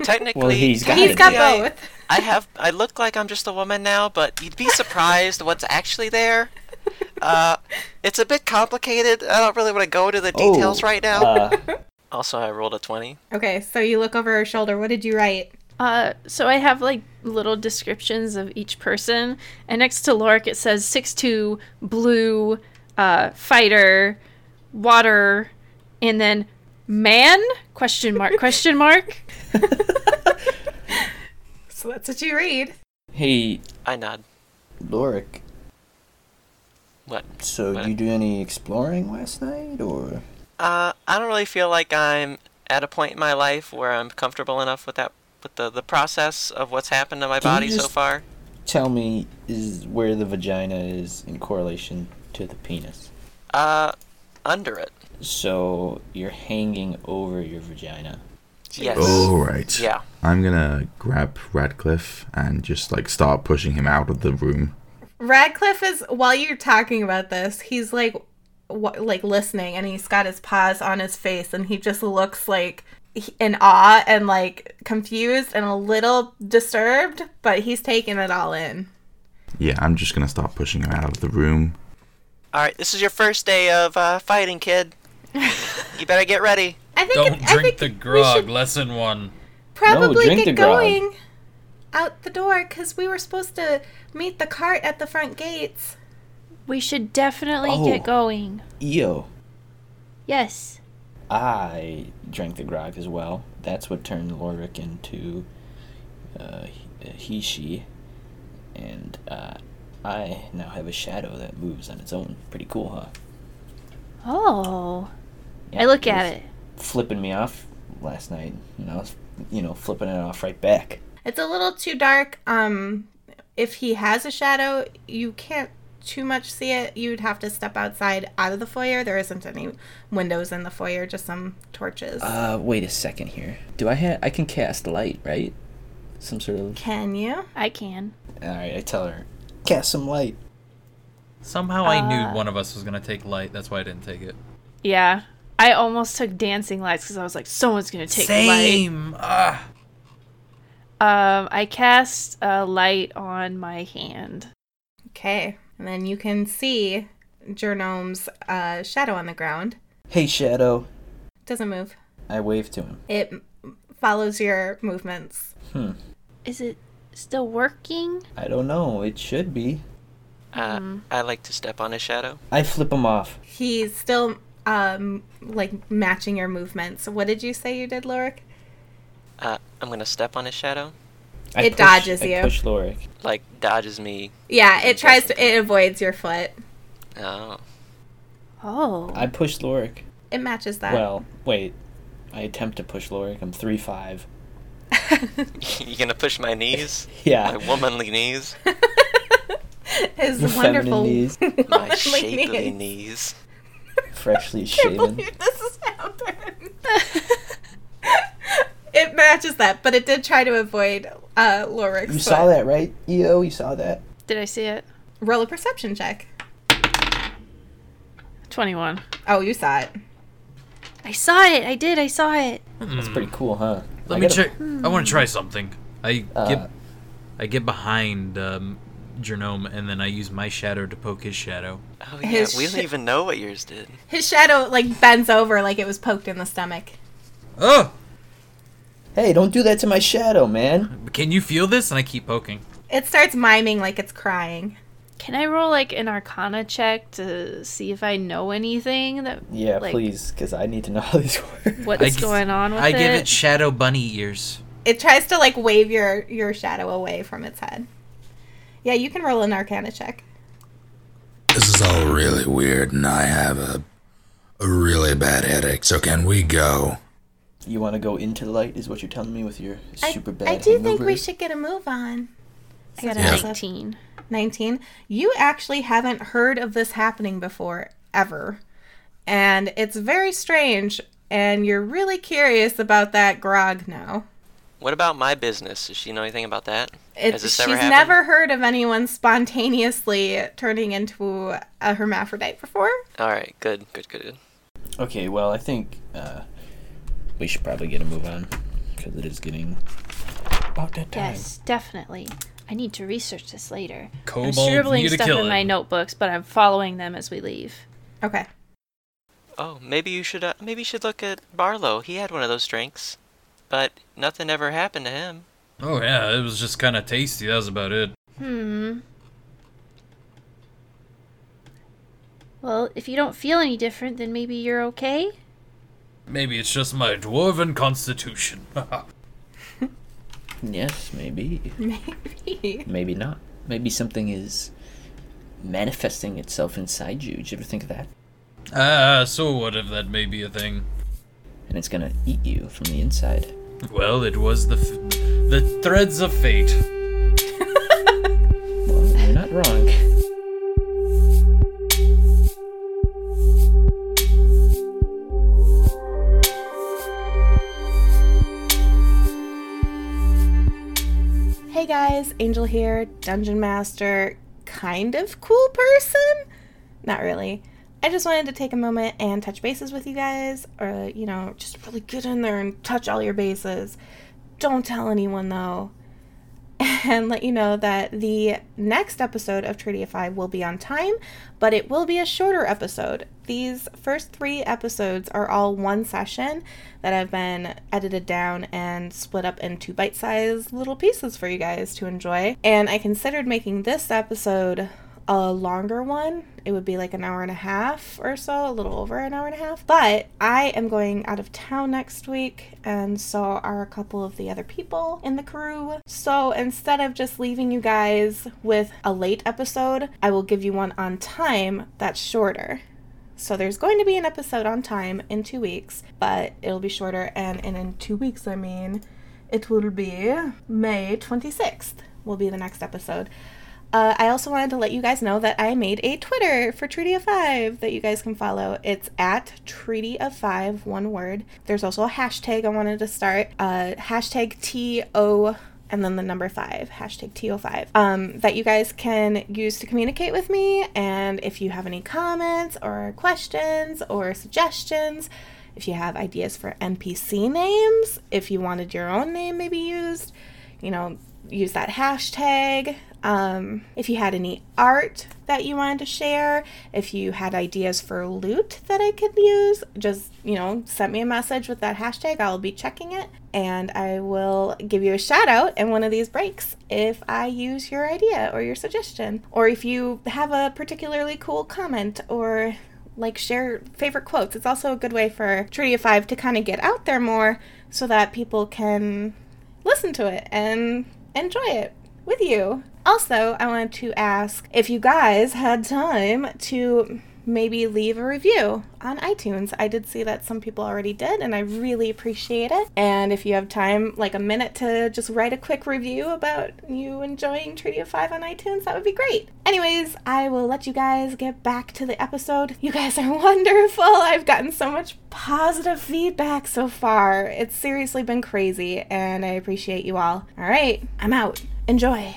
[SPEAKER 5] technically,
[SPEAKER 8] he's got
[SPEAKER 2] He's got
[SPEAKER 5] technically, I-
[SPEAKER 2] both.
[SPEAKER 5] I have. I look like I'm just a woman now, but you'd be surprised what's actually there. Uh, it's a bit complicated. I don't really want to go to the details
[SPEAKER 9] Oh,
[SPEAKER 5] right now.
[SPEAKER 9] uh,
[SPEAKER 5] also, I rolled a twenty.
[SPEAKER 2] Okay, so you look over her shoulder. What did you write?
[SPEAKER 10] Uh, so I have like little descriptions of each person, and next to Lorik it says six two, blue, uh, fighter, water, and then man? Question mark? Question mark?
[SPEAKER 2] So that's what you read.
[SPEAKER 9] hey,
[SPEAKER 5] I nod.
[SPEAKER 9] Lorik.
[SPEAKER 5] What?
[SPEAKER 9] So,
[SPEAKER 5] What?
[SPEAKER 9] you do any exploring last night, or
[SPEAKER 5] Uh, I don't really feel like I'm at a point in my life where I'm comfortable enough with that, with the the process of what's happened to my
[SPEAKER 9] Can you
[SPEAKER 5] body so
[SPEAKER 9] just-
[SPEAKER 5] far.
[SPEAKER 9] tell me is where the vagina is in correlation to the penis?
[SPEAKER 5] Uh, under it.
[SPEAKER 9] So you're hanging over your vagina.
[SPEAKER 5] Yes.
[SPEAKER 9] Oh.
[SPEAKER 4] Alright.
[SPEAKER 5] Yeah.
[SPEAKER 4] I'm gonna grab Radcliffe and just like start pushing him out of the room.
[SPEAKER 2] Radcliffe is while you're talking about this, he's like w- like listening and he's got his paws on his face and he just looks like he- in awe and like confused and a little disturbed, but he's taking it all in.
[SPEAKER 4] Yeah, I'm just gonna start pushing her out of the room.
[SPEAKER 5] All right, this is your first day of uh, fighting,
[SPEAKER 9] <laughs>
[SPEAKER 5] kid. you better get ready.
[SPEAKER 2] I think
[SPEAKER 6] Don't
[SPEAKER 2] I think
[SPEAKER 6] drink the grog. Lesson one.
[SPEAKER 2] probably
[SPEAKER 6] drink the
[SPEAKER 2] get
[SPEAKER 6] grog.
[SPEAKER 2] going out the door cuz we were supposed to meet the cart at the front gates.
[SPEAKER 10] <laughs> We should definitely
[SPEAKER 9] Oh.
[SPEAKER 10] get going.
[SPEAKER 9] Eo,
[SPEAKER 10] Yes.
[SPEAKER 9] I drank the grog as well. That's what turned Lorik into uh, he, she. And uh, I now have a shadow that moves on its own. Pretty cool, huh?
[SPEAKER 10] Oh.
[SPEAKER 9] Yeah,
[SPEAKER 10] I look at
[SPEAKER 9] was
[SPEAKER 10] it.
[SPEAKER 9] Flipping me off last night, and I was, you know, flipping it off right back.
[SPEAKER 2] It's a little too dark. Um, if he has a shadow, you can't too much see it. You'd have to step outside out of the foyer. There isn't any windows in the foyer, just some torches.
[SPEAKER 8] Uh, wait a second here. Do I have? I can cast light, right? Some sort of.
[SPEAKER 2] Can you?
[SPEAKER 10] I can.
[SPEAKER 9] All right, I tell her cast some light.
[SPEAKER 6] Somehow I
[SPEAKER 10] Uh,
[SPEAKER 6] knew one of us was gonna take light. That's why I didn't take it.
[SPEAKER 10] Yeah. I almost took dancing lights because I was like, someone's gonna take
[SPEAKER 6] Same. Ah.
[SPEAKER 10] light. Um, I cast a light on my hand.
[SPEAKER 2] Okay. And then you can see Jernome's uh, shadow on the ground.
[SPEAKER 9] Hey, shadow.
[SPEAKER 2] Doesn't move.
[SPEAKER 9] I wave to him.
[SPEAKER 2] It m- follows your movements.
[SPEAKER 9] Hmm.
[SPEAKER 10] Is it still working?
[SPEAKER 9] I don't know. It should be.
[SPEAKER 5] Uh,
[SPEAKER 2] Mm-hmm.
[SPEAKER 5] I like to step on his shadow.
[SPEAKER 9] I flip him off.
[SPEAKER 2] He's still um like matching your movements. What did you say you did, Lorik?
[SPEAKER 5] Uh, I'm gonna step on his shadow.
[SPEAKER 9] I
[SPEAKER 2] It
[SPEAKER 9] push-
[SPEAKER 2] dodges you.
[SPEAKER 9] I push Lorik.
[SPEAKER 5] Like dodges me.
[SPEAKER 2] Yeah, it tries to it avoids your foot.
[SPEAKER 5] Oh. <laughs>
[SPEAKER 10] Oh.
[SPEAKER 9] I push Lorik.
[SPEAKER 2] It matches that.
[SPEAKER 9] Well, wait. I attempt to push Lorik. I'm three five. <laughs>
[SPEAKER 5] you gonna push my knees?
[SPEAKER 9] Yeah.
[SPEAKER 5] My womanly
[SPEAKER 9] <laughs>
[SPEAKER 5] knees.
[SPEAKER 2] <laughs> His
[SPEAKER 9] Your feminine
[SPEAKER 2] wonderful <laughs>
[SPEAKER 9] knees.
[SPEAKER 5] My
[SPEAKER 2] womanly
[SPEAKER 5] shapely knees.
[SPEAKER 2] knees.
[SPEAKER 9] Freshly
[SPEAKER 2] can't
[SPEAKER 9] shaven.
[SPEAKER 2] believe this is happening. <laughs> it matches that, but it did try to avoid uh Lorik's
[SPEAKER 9] You saw that, right? Eo, you saw that.
[SPEAKER 10] Did I see it?
[SPEAKER 2] Roll a perception check.
[SPEAKER 10] 21.
[SPEAKER 2] Oh, you saw it.
[SPEAKER 10] I saw it. I did. I saw it.
[SPEAKER 9] That's pretty cool, huh?
[SPEAKER 6] Let
[SPEAKER 9] I
[SPEAKER 6] me
[SPEAKER 9] gotta-
[SPEAKER 6] check.
[SPEAKER 2] Hmm.
[SPEAKER 6] I want to try something. I
[SPEAKER 9] Uh,
[SPEAKER 6] get, I get behind um, Genome, and then I use my shadow to poke his shadow.
[SPEAKER 5] Oh yeah.
[SPEAKER 2] His
[SPEAKER 5] we don't
[SPEAKER 2] sh-
[SPEAKER 5] even know what yours did.
[SPEAKER 2] His shadow like bends over like it was poked in the stomach.
[SPEAKER 6] Oh,
[SPEAKER 9] Hey, don't do that to my shadow, man.
[SPEAKER 6] can you feel this? And I keep poking.
[SPEAKER 2] It starts miming like it's crying.
[SPEAKER 10] Can I roll like an arcana check to see if I know anything that
[SPEAKER 9] Yeah,
[SPEAKER 10] like,
[SPEAKER 9] please, because I need to know how these work.
[SPEAKER 10] what's
[SPEAKER 6] I g-
[SPEAKER 10] going on with
[SPEAKER 6] I
[SPEAKER 10] it?
[SPEAKER 6] give it shadow bunny ears.
[SPEAKER 2] It tries to like wave your your shadow away from its head. Yeah, you can roll an arcana check.
[SPEAKER 7] This is all really weird, and I have a, a really bad headache. So can we go?
[SPEAKER 9] You want to go into the light, is what you're telling me with your super bad
[SPEAKER 2] I do think
[SPEAKER 9] hangover?
[SPEAKER 2] we should get a move on.
[SPEAKER 10] I got a
[SPEAKER 7] Yeah.
[SPEAKER 10] 19.
[SPEAKER 2] 19 you actually haven't heard of this happening before ever and it's very strange and you're really curious about that grog now
[SPEAKER 5] What about my business? Does she know anything about that? Has
[SPEAKER 2] it's,
[SPEAKER 5] this
[SPEAKER 2] she's
[SPEAKER 5] ever happened?
[SPEAKER 2] never heard of anyone spontaneously turning into a hermaphrodite before
[SPEAKER 5] All right. Good. Good. Good. Good.
[SPEAKER 9] Okay, well, I think uh, we should probably get a move on, because it is getting about that time.
[SPEAKER 10] Yes, definitely. I need to research this later. I'm
[SPEAKER 6] Kobold,
[SPEAKER 10] scribbling
[SPEAKER 6] you to
[SPEAKER 10] stuff
[SPEAKER 6] kill
[SPEAKER 10] in
[SPEAKER 6] it.
[SPEAKER 10] my notebooks, but I'm following them as we leave.
[SPEAKER 2] okay
[SPEAKER 5] Oh, maybe you should. Uh, maybe you should look at Barlow. He had one of those drinks, but nothing ever happened to him.
[SPEAKER 6] Oh yeah, it was just kind of tasty. That was about it.
[SPEAKER 10] Hmm. Well, if you don't feel any different, then maybe you're okay.
[SPEAKER 6] Maybe it's just my dwarven constitution. <laughs>
[SPEAKER 9] Yes, maybe.
[SPEAKER 2] maybe
[SPEAKER 9] Maybe not. Maybe something is manifesting itself inside you. Did you ever think of that?
[SPEAKER 6] ah, so what if that may be a thing?
[SPEAKER 9] And it's gonna eat you from the inside.
[SPEAKER 6] Well, it was the f- the threads of fate.
[SPEAKER 9] Well, you're not wrong.
[SPEAKER 2] Hey guys, Angel here, Dungeon Master, kind of cool person. Not really. I just wanted to take a moment and touch bases with you guys, or, you know, just really get in there and touch all your bases. Don't tell anyone, though. <laughs> And let you know that the next episode of Trivia 5 will be on time, but it will be a shorter episode. These first three episodes are all one session that have been edited down and split up into bite sized little pieces for you guys to enjoy. And I considered making this episode a longer one. It would be like an hour and a half or so, a little over an hour and a half. But I am going out of town next week, and so are a couple of the other people in the crew. So instead of just leaving you guys with a late episode, I will give you one on time that's shorter. So there's going to be an episode on time in two weeks, but it'll be shorter. And, and in two weeks, I mean, it will be May 26th, will be the next episode. Uh, I also wanted to let you guys know that I made a Twitter for Treaty of Five that you guys can follow. It's at Treaty of Five, one word. There's also a hashtag I wanted to start. Uh, hashtag TO and then the number five, hashtag TO5, um, that you guys can use to communicate with me. And if you have any comments or questions or suggestions, if you have ideas for NPC names, if you wanted your own name maybe used, you know, use that hashtag. Um, if you had any art that you wanted to share, if you had ideas for loot that I could use, just, you know, send me a message with that hashtag. I'll be checking it and I will give you a shout out in one of these breaks if I use your idea or your suggestion. Or if you have a particularly cool comment or like share favorite quotes. It's also a good way for Treaty of Five to kind of get out there more so that people can listen to it and enjoy it with you. Also, I wanted to ask if you guys had time to maybe leave a review on iTunes. I did see that some people already did, and I really appreciate it. And if you have time, like a minute to just write a quick review about you enjoying Treaty of Five on iTunes, that would be great. Anyways, I will let you guys get back to the episode. You guys are <laughs> wonderful. I've gotten so much positive feedback so far. It's seriously been crazy, and I appreciate you all. All right, I'm out. Enjoy.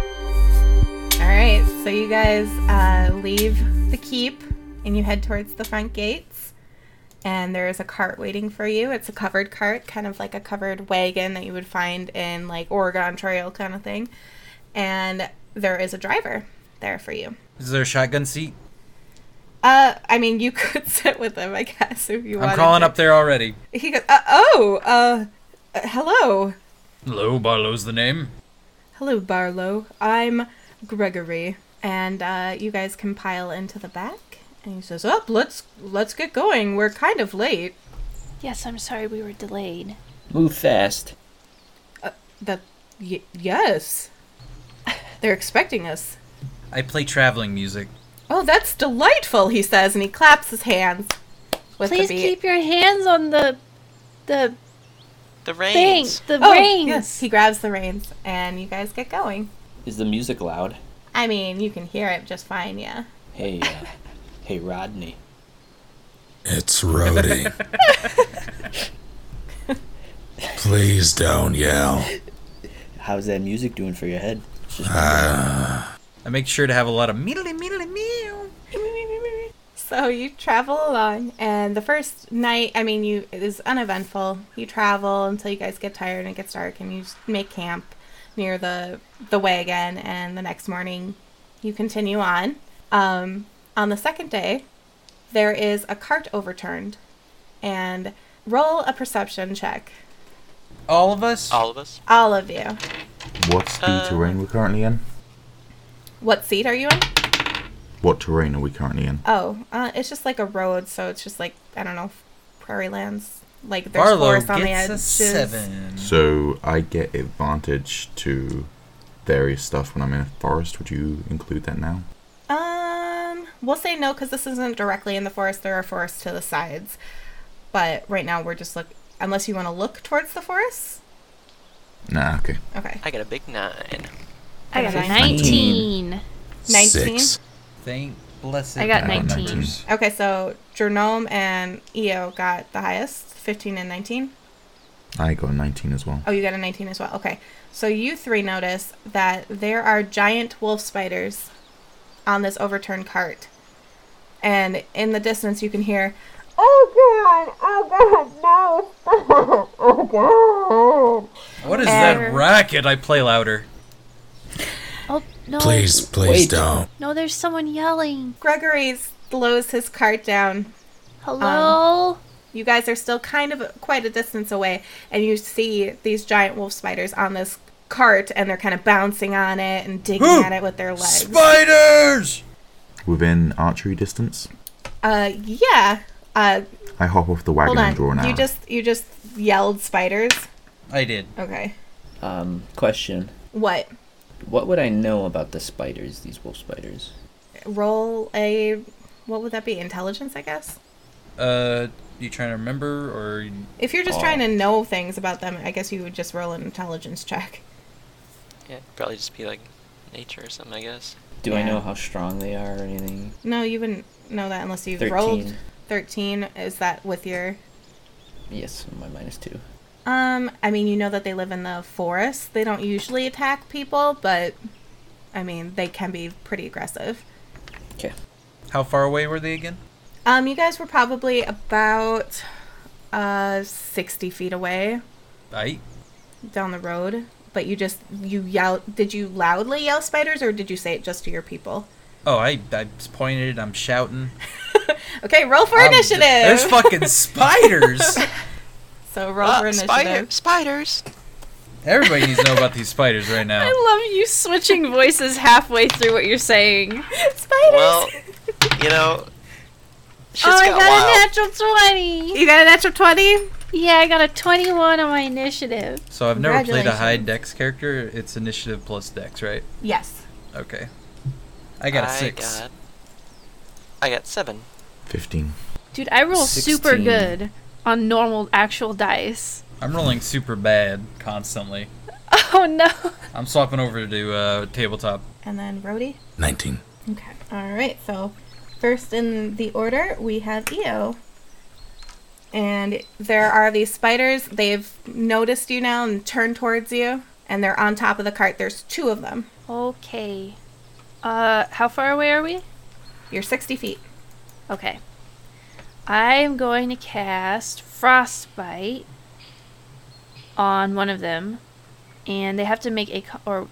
[SPEAKER 2] All right, so you guys uh, leave the keep and you head towards the front gates. And there is a cart waiting for you. It's a covered cart, kind of like a covered wagon that you would find in like Oregon Trail kind of thing. And there is a driver there for you.
[SPEAKER 3] Is there a shotgun seat?
[SPEAKER 2] Uh, I mean, you <laughs> could sit with him, I guess, if you want.
[SPEAKER 3] I'm crawling up there already.
[SPEAKER 2] He goes, uh, "Oh, uh, uh, hello,
[SPEAKER 6] Hello, Barlow's the name.
[SPEAKER 2] hello, Barlow. I'm Gregory, and uh, you guys can pile into the back." And he says, "Up, let's let's get going. We're kind of late."
[SPEAKER 10] Yes, I'm sorry we were delayed.
[SPEAKER 9] Move fast.
[SPEAKER 2] That, y- yes, <laughs> they're expecting us.
[SPEAKER 3] I play traveling music.
[SPEAKER 2] Oh, that's delightful, he says, and he claps his hands. With
[SPEAKER 10] Please
[SPEAKER 2] the beat.
[SPEAKER 10] keep your hands on the the
[SPEAKER 5] The
[SPEAKER 10] thing,
[SPEAKER 5] reins.
[SPEAKER 10] the
[SPEAKER 2] Oh,
[SPEAKER 10] reins.
[SPEAKER 2] yes, he grabs the reins, and you guys get going.
[SPEAKER 9] Is the music loud?
[SPEAKER 2] I mean, you can hear it just fine, yeah.
[SPEAKER 9] Hey, uh, hey, Rodney.
[SPEAKER 7] It's
[SPEAKER 5] <laughs>
[SPEAKER 7] Rhodey. Please don't yell.
[SPEAKER 9] How's that music doing for your head? It's just-
[SPEAKER 3] I make sure to have a lot of meedly meedly meow.
[SPEAKER 2] So you travel along, and the first night, I mean, you it is uneventful. You travel until you guys get tired and it gets dark, and you s- make camp near the the wagon. And the next morning, you continue on. Um, on the second day, there is a cart overturned, and roll a perception check,
[SPEAKER 3] All of us?
[SPEAKER 5] All of us.
[SPEAKER 2] all of you.
[SPEAKER 4] What's the
[SPEAKER 5] Uh,
[SPEAKER 4] terrain we're currently in?
[SPEAKER 2] What seat are you in?
[SPEAKER 4] What terrain are we currently in?
[SPEAKER 2] Oh, uh, it's just like a road, so it's just like I don't know, prairie lands. Like there's
[SPEAKER 3] Barlow
[SPEAKER 2] forest on the
[SPEAKER 3] gets a
[SPEAKER 2] edges.
[SPEAKER 3] seven.
[SPEAKER 4] So I get advantage to various stuff when I'm in a forest. Would you include that now?
[SPEAKER 2] Um, we'll say no because this isn't directly in the forest. There are forests to the sides, but right now we're just look. Unless you want to look towards the forest.
[SPEAKER 4] Nah, okay.
[SPEAKER 2] Okay.
[SPEAKER 5] I got a big nine.
[SPEAKER 10] I got a
[SPEAKER 2] 19.
[SPEAKER 10] 19.
[SPEAKER 2] 19?
[SPEAKER 3] Thank blessed.
[SPEAKER 10] I got
[SPEAKER 3] God.
[SPEAKER 10] 19.
[SPEAKER 2] Okay, so Jernome and Eo got the highest 15 and 19.
[SPEAKER 4] I got a 19 as well.
[SPEAKER 2] Oh, you got a 19 as well. Okay. So you three notice that there are giant wolf spiders on this overturned cart. And in the distance, you can hear, Oh God, oh God, no, <laughs> stop, oh God.
[SPEAKER 6] What is
[SPEAKER 10] Error.
[SPEAKER 6] that racket? I play louder.
[SPEAKER 10] Oh, no.
[SPEAKER 7] Please, please
[SPEAKER 10] Wait.
[SPEAKER 7] don't.
[SPEAKER 10] No, there's someone yelling.
[SPEAKER 2] Gregory slows his cart down.
[SPEAKER 10] Um, Hello?
[SPEAKER 2] You guys are still kind of quite a distance away, and you see these giant wolf spiders on this cart, and they're kind of bouncing on it and digging at it with their legs.
[SPEAKER 6] Spiders!
[SPEAKER 4] Within archery distance,
[SPEAKER 2] uh, yeah. Uh,
[SPEAKER 4] I hop off the wagon
[SPEAKER 2] hold
[SPEAKER 4] and draw an
[SPEAKER 2] on.
[SPEAKER 4] arrow.
[SPEAKER 2] You just you just yelled spiders.
[SPEAKER 3] I did.
[SPEAKER 2] Okay.
[SPEAKER 9] Um, question.
[SPEAKER 2] What?
[SPEAKER 9] What would I know about the spiders, these wolf spiders?
[SPEAKER 2] Roll a. What would that be? Intelligence, I guess.
[SPEAKER 3] Uh, you trying to remember or
[SPEAKER 2] If you're just
[SPEAKER 9] Oh.
[SPEAKER 2] trying to know things about them, I guess you would just roll an intelligence check.
[SPEAKER 5] Yeah, probably just be like nature or something, I guess.
[SPEAKER 9] Do I
[SPEAKER 2] Yeah.
[SPEAKER 9] know how strong they are or anything?
[SPEAKER 2] No, you wouldn't know that unless you rolled
[SPEAKER 9] 13.
[SPEAKER 2] thirteen. Is that with your?
[SPEAKER 9] Yes, my minus two.
[SPEAKER 2] Um, I mean, you know that they live in the forest. They don't usually attack people, but I mean, they can be pretty aggressive.
[SPEAKER 9] Okay.
[SPEAKER 3] how far away were they again?
[SPEAKER 2] Um, you guys were probably about uh 60 feet away
[SPEAKER 3] I
[SPEAKER 2] down the road, but you just you yell. Did you loudly yell spiders, or did you say it just to your people?
[SPEAKER 3] oh I I pointed. I'm shouting.
[SPEAKER 2] Okay, roll for
[SPEAKER 5] Um,
[SPEAKER 3] I'm-
[SPEAKER 2] initiative.
[SPEAKER 3] There's
[SPEAKER 2] <laughs>
[SPEAKER 3] fucking spiders.
[SPEAKER 2] so roll for
[SPEAKER 5] Ah,
[SPEAKER 2] initiative.
[SPEAKER 5] spider, spiders!
[SPEAKER 3] Everybody needs to know about these spiders right now.
[SPEAKER 10] I love you switching voices halfway through what you're saying.
[SPEAKER 2] <laughs> Spiders.
[SPEAKER 5] Well, you know, shit's
[SPEAKER 10] oh, I
[SPEAKER 5] got,
[SPEAKER 10] got
[SPEAKER 5] wild.
[SPEAKER 10] a natural 20.
[SPEAKER 2] you got a natural 20.
[SPEAKER 10] Yeah, I got a 21 on my initiative.
[SPEAKER 3] So I've never played a high
[SPEAKER 2] Congratulations.
[SPEAKER 3] dex character. It's initiative plus dex, right?
[SPEAKER 2] Yes.
[SPEAKER 3] Okay. I got a six.
[SPEAKER 5] got- I got seven.
[SPEAKER 4] 15.
[SPEAKER 10] Dude, I roll super
[SPEAKER 9] 16.
[SPEAKER 10] good on normal actual dice. <laughs>
[SPEAKER 3] I'm rolling super bad constantly.
[SPEAKER 10] Oh no.
[SPEAKER 3] I'm swapping over to uh, tabletop.
[SPEAKER 2] And then Rhodey.
[SPEAKER 7] 19.
[SPEAKER 2] Okay. All right. So first in the order we have Eo. And there are these spiders. They've noticed you now and turned towards you, and they're on top of the cart. There's two of them.
[SPEAKER 10] Okay. Uh how far away are we?
[SPEAKER 2] You're 60 feet.
[SPEAKER 10] Okay. I'm going to cast frostbite on one of them and they have to make a co- or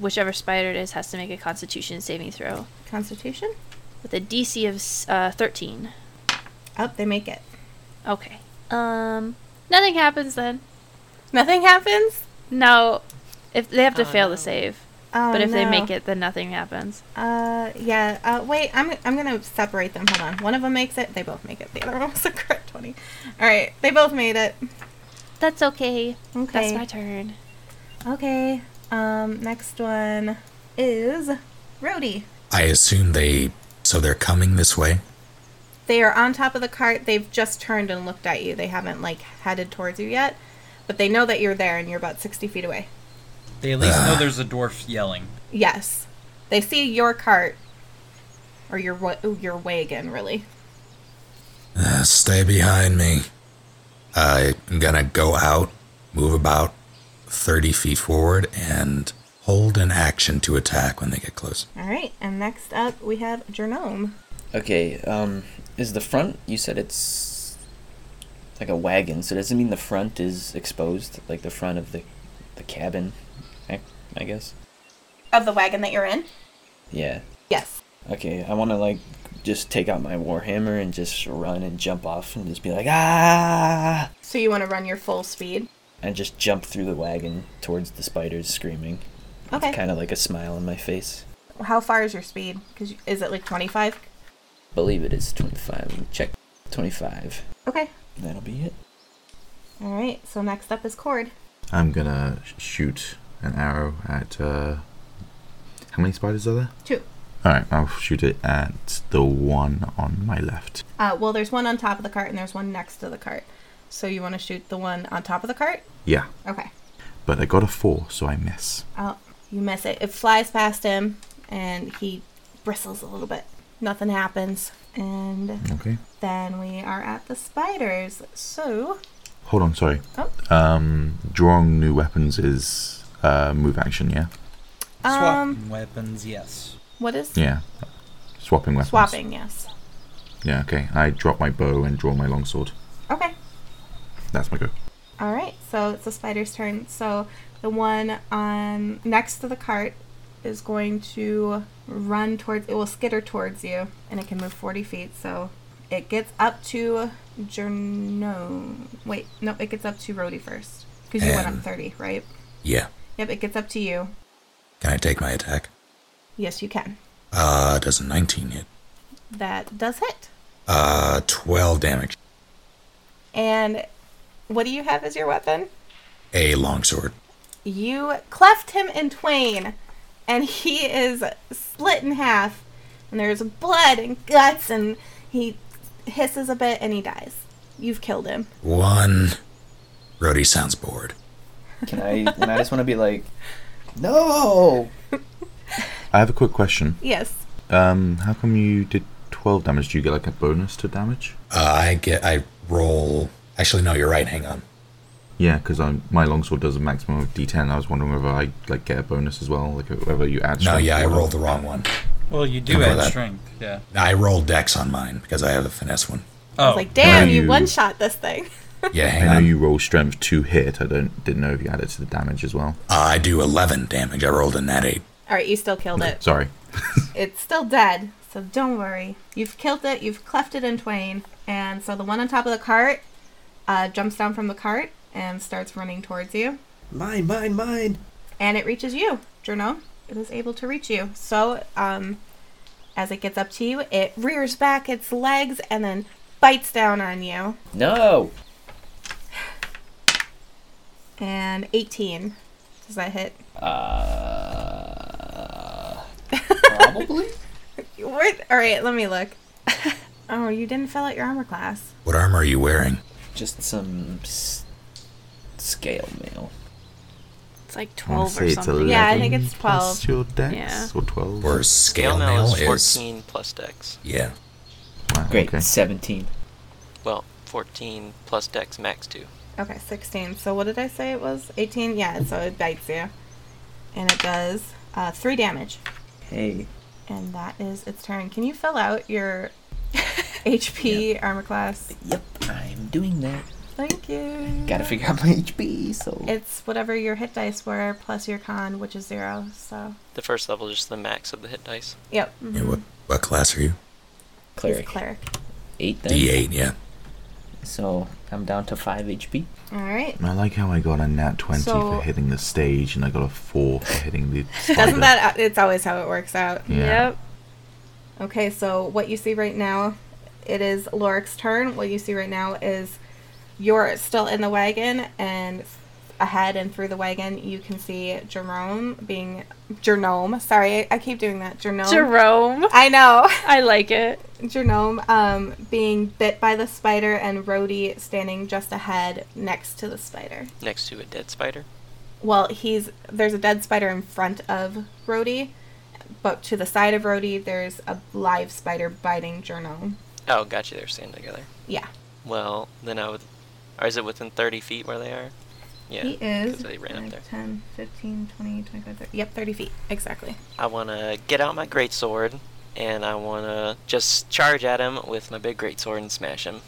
[SPEAKER 10] whichever spider it is has to make a constitution saving throw
[SPEAKER 2] Constitution?
[SPEAKER 10] with a DC of s- uh, 13.
[SPEAKER 2] Up, Oh, they make it.
[SPEAKER 10] Okay. Um nothing happens then.
[SPEAKER 2] Nothing happens.
[SPEAKER 10] No. If they have to
[SPEAKER 5] Oh,
[SPEAKER 10] fail
[SPEAKER 5] no.
[SPEAKER 10] the save,
[SPEAKER 2] Oh,
[SPEAKER 10] but if they
[SPEAKER 2] no.
[SPEAKER 10] make it then nothing happens.
[SPEAKER 2] uh, yeah. Uh, wait, I'm I'm gonna separate them. Hold on. One of them makes it. They both make it. The other one was a crit twenty. All right, they both made it.
[SPEAKER 10] That's okay.
[SPEAKER 2] Okay.
[SPEAKER 10] That's my turn.
[SPEAKER 2] Okay. Um, next one is Rhodey.
[SPEAKER 7] I assume they. So they're coming this way?
[SPEAKER 2] They are on top of the cart. They've just turned and looked at you. They haven't like headed towards you yet, but they know that you're there and you're about sixty feet away.
[SPEAKER 3] They at least know there's a dwarf yelling.
[SPEAKER 2] Yes, they see your cart or your wa- ooh, your wagon really.
[SPEAKER 7] Uh, stay behind me. I'm gonna go out, move about 30 feet forward, and hold an action to attack when they get close.
[SPEAKER 2] All right, and next up we have Jernome.
[SPEAKER 9] Okay, um, is the front, you said it's like a wagon, so does it mean the front is exposed? Like the front of the, the cabin, I, I guess?
[SPEAKER 2] Of the wagon that you're in?
[SPEAKER 9] Yeah.
[SPEAKER 2] Yes.
[SPEAKER 9] Okay, I want to like just take out my warhammer and just run and jump off and just be like ah
[SPEAKER 2] So you want to run your full speed?
[SPEAKER 9] and just jump through the wagon towards the spiders screaming.
[SPEAKER 2] Okay.
[SPEAKER 9] Kind of like a smile on my face.
[SPEAKER 2] How far is your speed? Cause you- is it like 25?
[SPEAKER 9] Believe it is 25. Let me Check 25.
[SPEAKER 2] Okay.
[SPEAKER 9] That'll be it.
[SPEAKER 2] All right. So next up is Cord.
[SPEAKER 4] I'm gonna sh- shoot an arrow at. Uh, how many spiders are there?
[SPEAKER 2] Two.
[SPEAKER 4] Alright, I'll shoot it at the one on my left.
[SPEAKER 2] Uh, well, there's one on top of the cart and there's one next to the cart. So you want to shoot the one on top of the cart?
[SPEAKER 4] Yeah,
[SPEAKER 2] Okay.
[SPEAKER 4] but I got a four, so I miss.
[SPEAKER 2] Oh, You miss it. It flies past him, and he bristles a little bit. Nothing happens, and
[SPEAKER 4] Okay.
[SPEAKER 2] then we are at the spiders. So,
[SPEAKER 4] Hold on, sorry.
[SPEAKER 2] Oh.
[SPEAKER 4] Um, drawing new weapons is uh, move action, yeah?
[SPEAKER 2] um,
[SPEAKER 11] weapons, yes.
[SPEAKER 2] what is
[SPEAKER 4] Yeah. Swapping weapons.
[SPEAKER 2] swapping? Yes.
[SPEAKER 4] Yeah, okay. I drop my bow and draw my longsword.
[SPEAKER 2] Okay.
[SPEAKER 4] That's my go.
[SPEAKER 2] All right, so it's the spider's turn. So the one on next to the cart is going to run towards. It will skitter towards you, and it can move forty feet. So it gets up to Jerno. Wait, no, it gets up to Rhodey first because you went up
[SPEAKER 7] And-
[SPEAKER 2] thirty, right?
[SPEAKER 7] Yeah.
[SPEAKER 2] Yep, it gets up to you.
[SPEAKER 7] Can I take my attack?
[SPEAKER 2] Yes, you can.
[SPEAKER 7] Uh, does a 19 hit?
[SPEAKER 2] That does hit.
[SPEAKER 7] Uh, 12 damage.
[SPEAKER 2] And what do you have as your weapon?
[SPEAKER 7] A longsword.
[SPEAKER 2] You cleft him in twain, and he is split in half, and there's blood and guts, and he hisses a bit and he dies. You've killed him.
[SPEAKER 7] One. Rhodey sounds bored.
[SPEAKER 9] Can I? and I just want to be like, no.
[SPEAKER 4] I have a quick question.
[SPEAKER 2] Yes.
[SPEAKER 4] Um, how come you did 12 damage? Do you get like a bonus to damage?
[SPEAKER 7] Uh, I get. I roll. Actually, no, you're right. Hang on.
[SPEAKER 4] Yeah, because my longsword does a maximum of d10. I was wondering whether I like get a bonus as well, like whether you add.
[SPEAKER 7] No,
[SPEAKER 4] strength
[SPEAKER 7] yeah, I
[SPEAKER 4] or not.
[SPEAKER 7] rolled the wrong one.
[SPEAKER 11] Well, you do
[SPEAKER 7] Remember
[SPEAKER 11] add
[SPEAKER 7] that.
[SPEAKER 11] strength, yeah.
[SPEAKER 7] I rolled dex on mine because I have the finesse
[SPEAKER 4] <laughs>
[SPEAKER 7] one.
[SPEAKER 2] I
[SPEAKER 11] Oh,
[SPEAKER 2] was like, damn, you
[SPEAKER 4] you-
[SPEAKER 2] one shot this thing. <laughs>
[SPEAKER 7] Yeah,
[SPEAKER 4] I
[SPEAKER 7] hang
[SPEAKER 4] know
[SPEAKER 7] on.
[SPEAKER 4] you roll strength to hit. I don't didn't know if you added to the damage as well.
[SPEAKER 7] Uh, I do 11 damage. I rolled a nat 8.
[SPEAKER 2] All right, you still killed it.
[SPEAKER 4] Sorry.
[SPEAKER 11] <laughs>
[SPEAKER 2] It's still dead, so don't worry. You've killed it, you've cleft it in twain, and so the one on top of the cart uh, jumps down from the cart and starts running towards you.
[SPEAKER 11] mine, mine, mine.
[SPEAKER 2] and it reaches you, Jerno. It is able to reach you. So, um, as it gets up to you, it rears back its legs and then bites down on you.
[SPEAKER 9] No.
[SPEAKER 2] And 18. Does that hit?
[SPEAKER 9] Uh, probably.
[SPEAKER 2] <laughs> What? All right, let me look. <laughs> oh, you didn't fill out your armor class.
[SPEAKER 7] What armor are you wearing?
[SPEAKER 9] Just some s- scale mail.
[SPEAKER 10] It's like
[SPEAKER 4] I wanna
[SPEAKER 10] 12
[SPEAKER 4] say
[SPEAKER 10] or
[SPEAKER 4] it's
[SPEAKER 10] something.
[SPEAKER 2] Yeah, I think
[SPEAKER 4] 11
[SPEAKER 2] it's
[SPEAKER 4] plus
[SPEAKER 2] 12.
[SPEAKER 4] Your dex
[SPEAKER 10] Yeah.
[SPEAKER 4] or twelve?
[SPEAKER 7] Or scale
[SPEAKER 5] Mail
[SPEAKER 7] mail
[SPEAKER 5] is
[SPEAKER 7] is.
[SPEAKER 5] 14 plus dex.
[SPEAKER 7] Yeah.
[SPEAKER 4] Wow,
[SPEAKER 9] Great,
[SPEAKER 4] okay.
[SPEAKER 9] seventeen.
[SPEAKER 5] Well, 14 plus dex max 2.
[SPEAKER 2] Okay, 16. So, what did I say it was? 18? Yeah, so it bites you. And it does uh, 3 damage.
[SPEAKER 9] Hey,
[SPEAKER 2] And that is its turn. Can you fill out your <laughs> HP armor class?
[SPEAKER 9] yep, I'm doing that.
[SPEAKER 2] Thank you.
[SPEAKER 9] Gotta figure out my HP. So
[SPEAKER 2] It's whatever your hit dice were plus your con, which is zero. So,
[SPEAKER 5] The first level is just the max of the hit dice.
[SPEAKER 2] yep.
[SPEAKER 7] yeah what, what class are you?
[SPEAKER 2] He's a
[SPEAKER 9] cleric
[SPEAKER 2] cleric.
[SPEAKER 9] eight then.
[SPEAKER 7] D8, yeah.
[SPEAKER 9] So I'm down to five HP.
[SPEAKER 2] All right.
[SPEAKER 4] I like how I got a nat twenty
[SPEAKER 2] So-
[SPEAKER 4] for hitting the stage, and I got a four for hitting the. spider.
[SPEAKER 2] Doesn't that? It's always how it works out.
[SPEAKER 4] Yeah.
[SPEAKER 10] Yep.
[SPEAKER 2] Okay. So what you see right now, it is Lorik's turn. What you see right now is you're still in the wagon, and ahead and through the wagon, you can see Jerome being Jernome. Sorry, I, I keep doing that. Jernome.
[SPEAKER 10] Jerome.
[SPEAKER 2] I know. <laughs>
[SPEAKER 10] I like it.
[SPEAKER 2] Genome um, being bit by the spider and Rhodey standing just ahead next to the spider.
[SPEAKER 5] Next to a dead spider.
[SPEAKER 2] Well, he's there's a dead spider in front of Rhodey, but to the side of Rhodey there's a live spider biting Genome.
[SPEAKER 5] Oh, gotcha, they're standing together.
[SPEAKER 2] Yeah.
[SPEAKER 5] Well, then I would. Or is it within 30 feet where they are? Yeah.
[SPEAKER 2] he is
[SPEAKER 5] 'cause they ran up there.
[SPEAKER 2] 10, 15, 20, 25, 30. Yep, 30 feet. Exactly.
[SPEAKER 5] I want to get out my greatsword and I want to just charge at him with my big greatsword and smash him.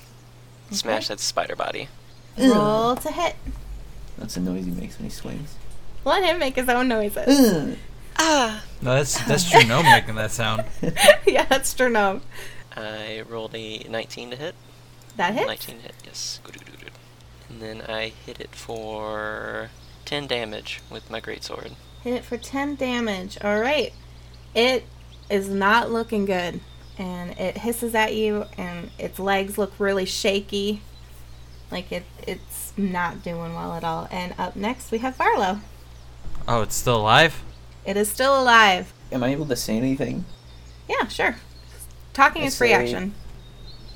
[SPEAKER 5] Smash
[SPEAKER 2] Okay.
[SPEAKER 5] that spider body.
[SPEAKER 2] Roll to hit.
[SPEAKER 9] That's the noise he makes when he swings.
[SPEAKER 2] Let him make his own noises.
[SPEAKER 6] No, that's that's your gnome making that sound.
[SPEAKER 2] <laughs> yeah, that's Genome.
[SPEAKER 5] I rolled a 19 to hit.
[SPEAKER 2] That hits.
[SPEAKER 5] 19 to hit, yes. Good-good-good-good. And then I hit it for 10 damage with my greatsword.
[SPEAKER 2] Hit it for 10 damage. All right. It is not looking good. And it hisses at you, and its legs look really shaky. Like it, it's not doing well at all. And up next, we have Barlow.
[SPEAKER 6] Oh, it's still alive.
[SPEAKER 2] It is still alive.
[SPEAKER 9] Am I able to say anything?
[SPEAKER 2] Yeah, sure. Talking
[SPEAKER 9] I
[SPEAKER 2] is free
[SPEAKER 9] say-
[SPEAKER 2] action.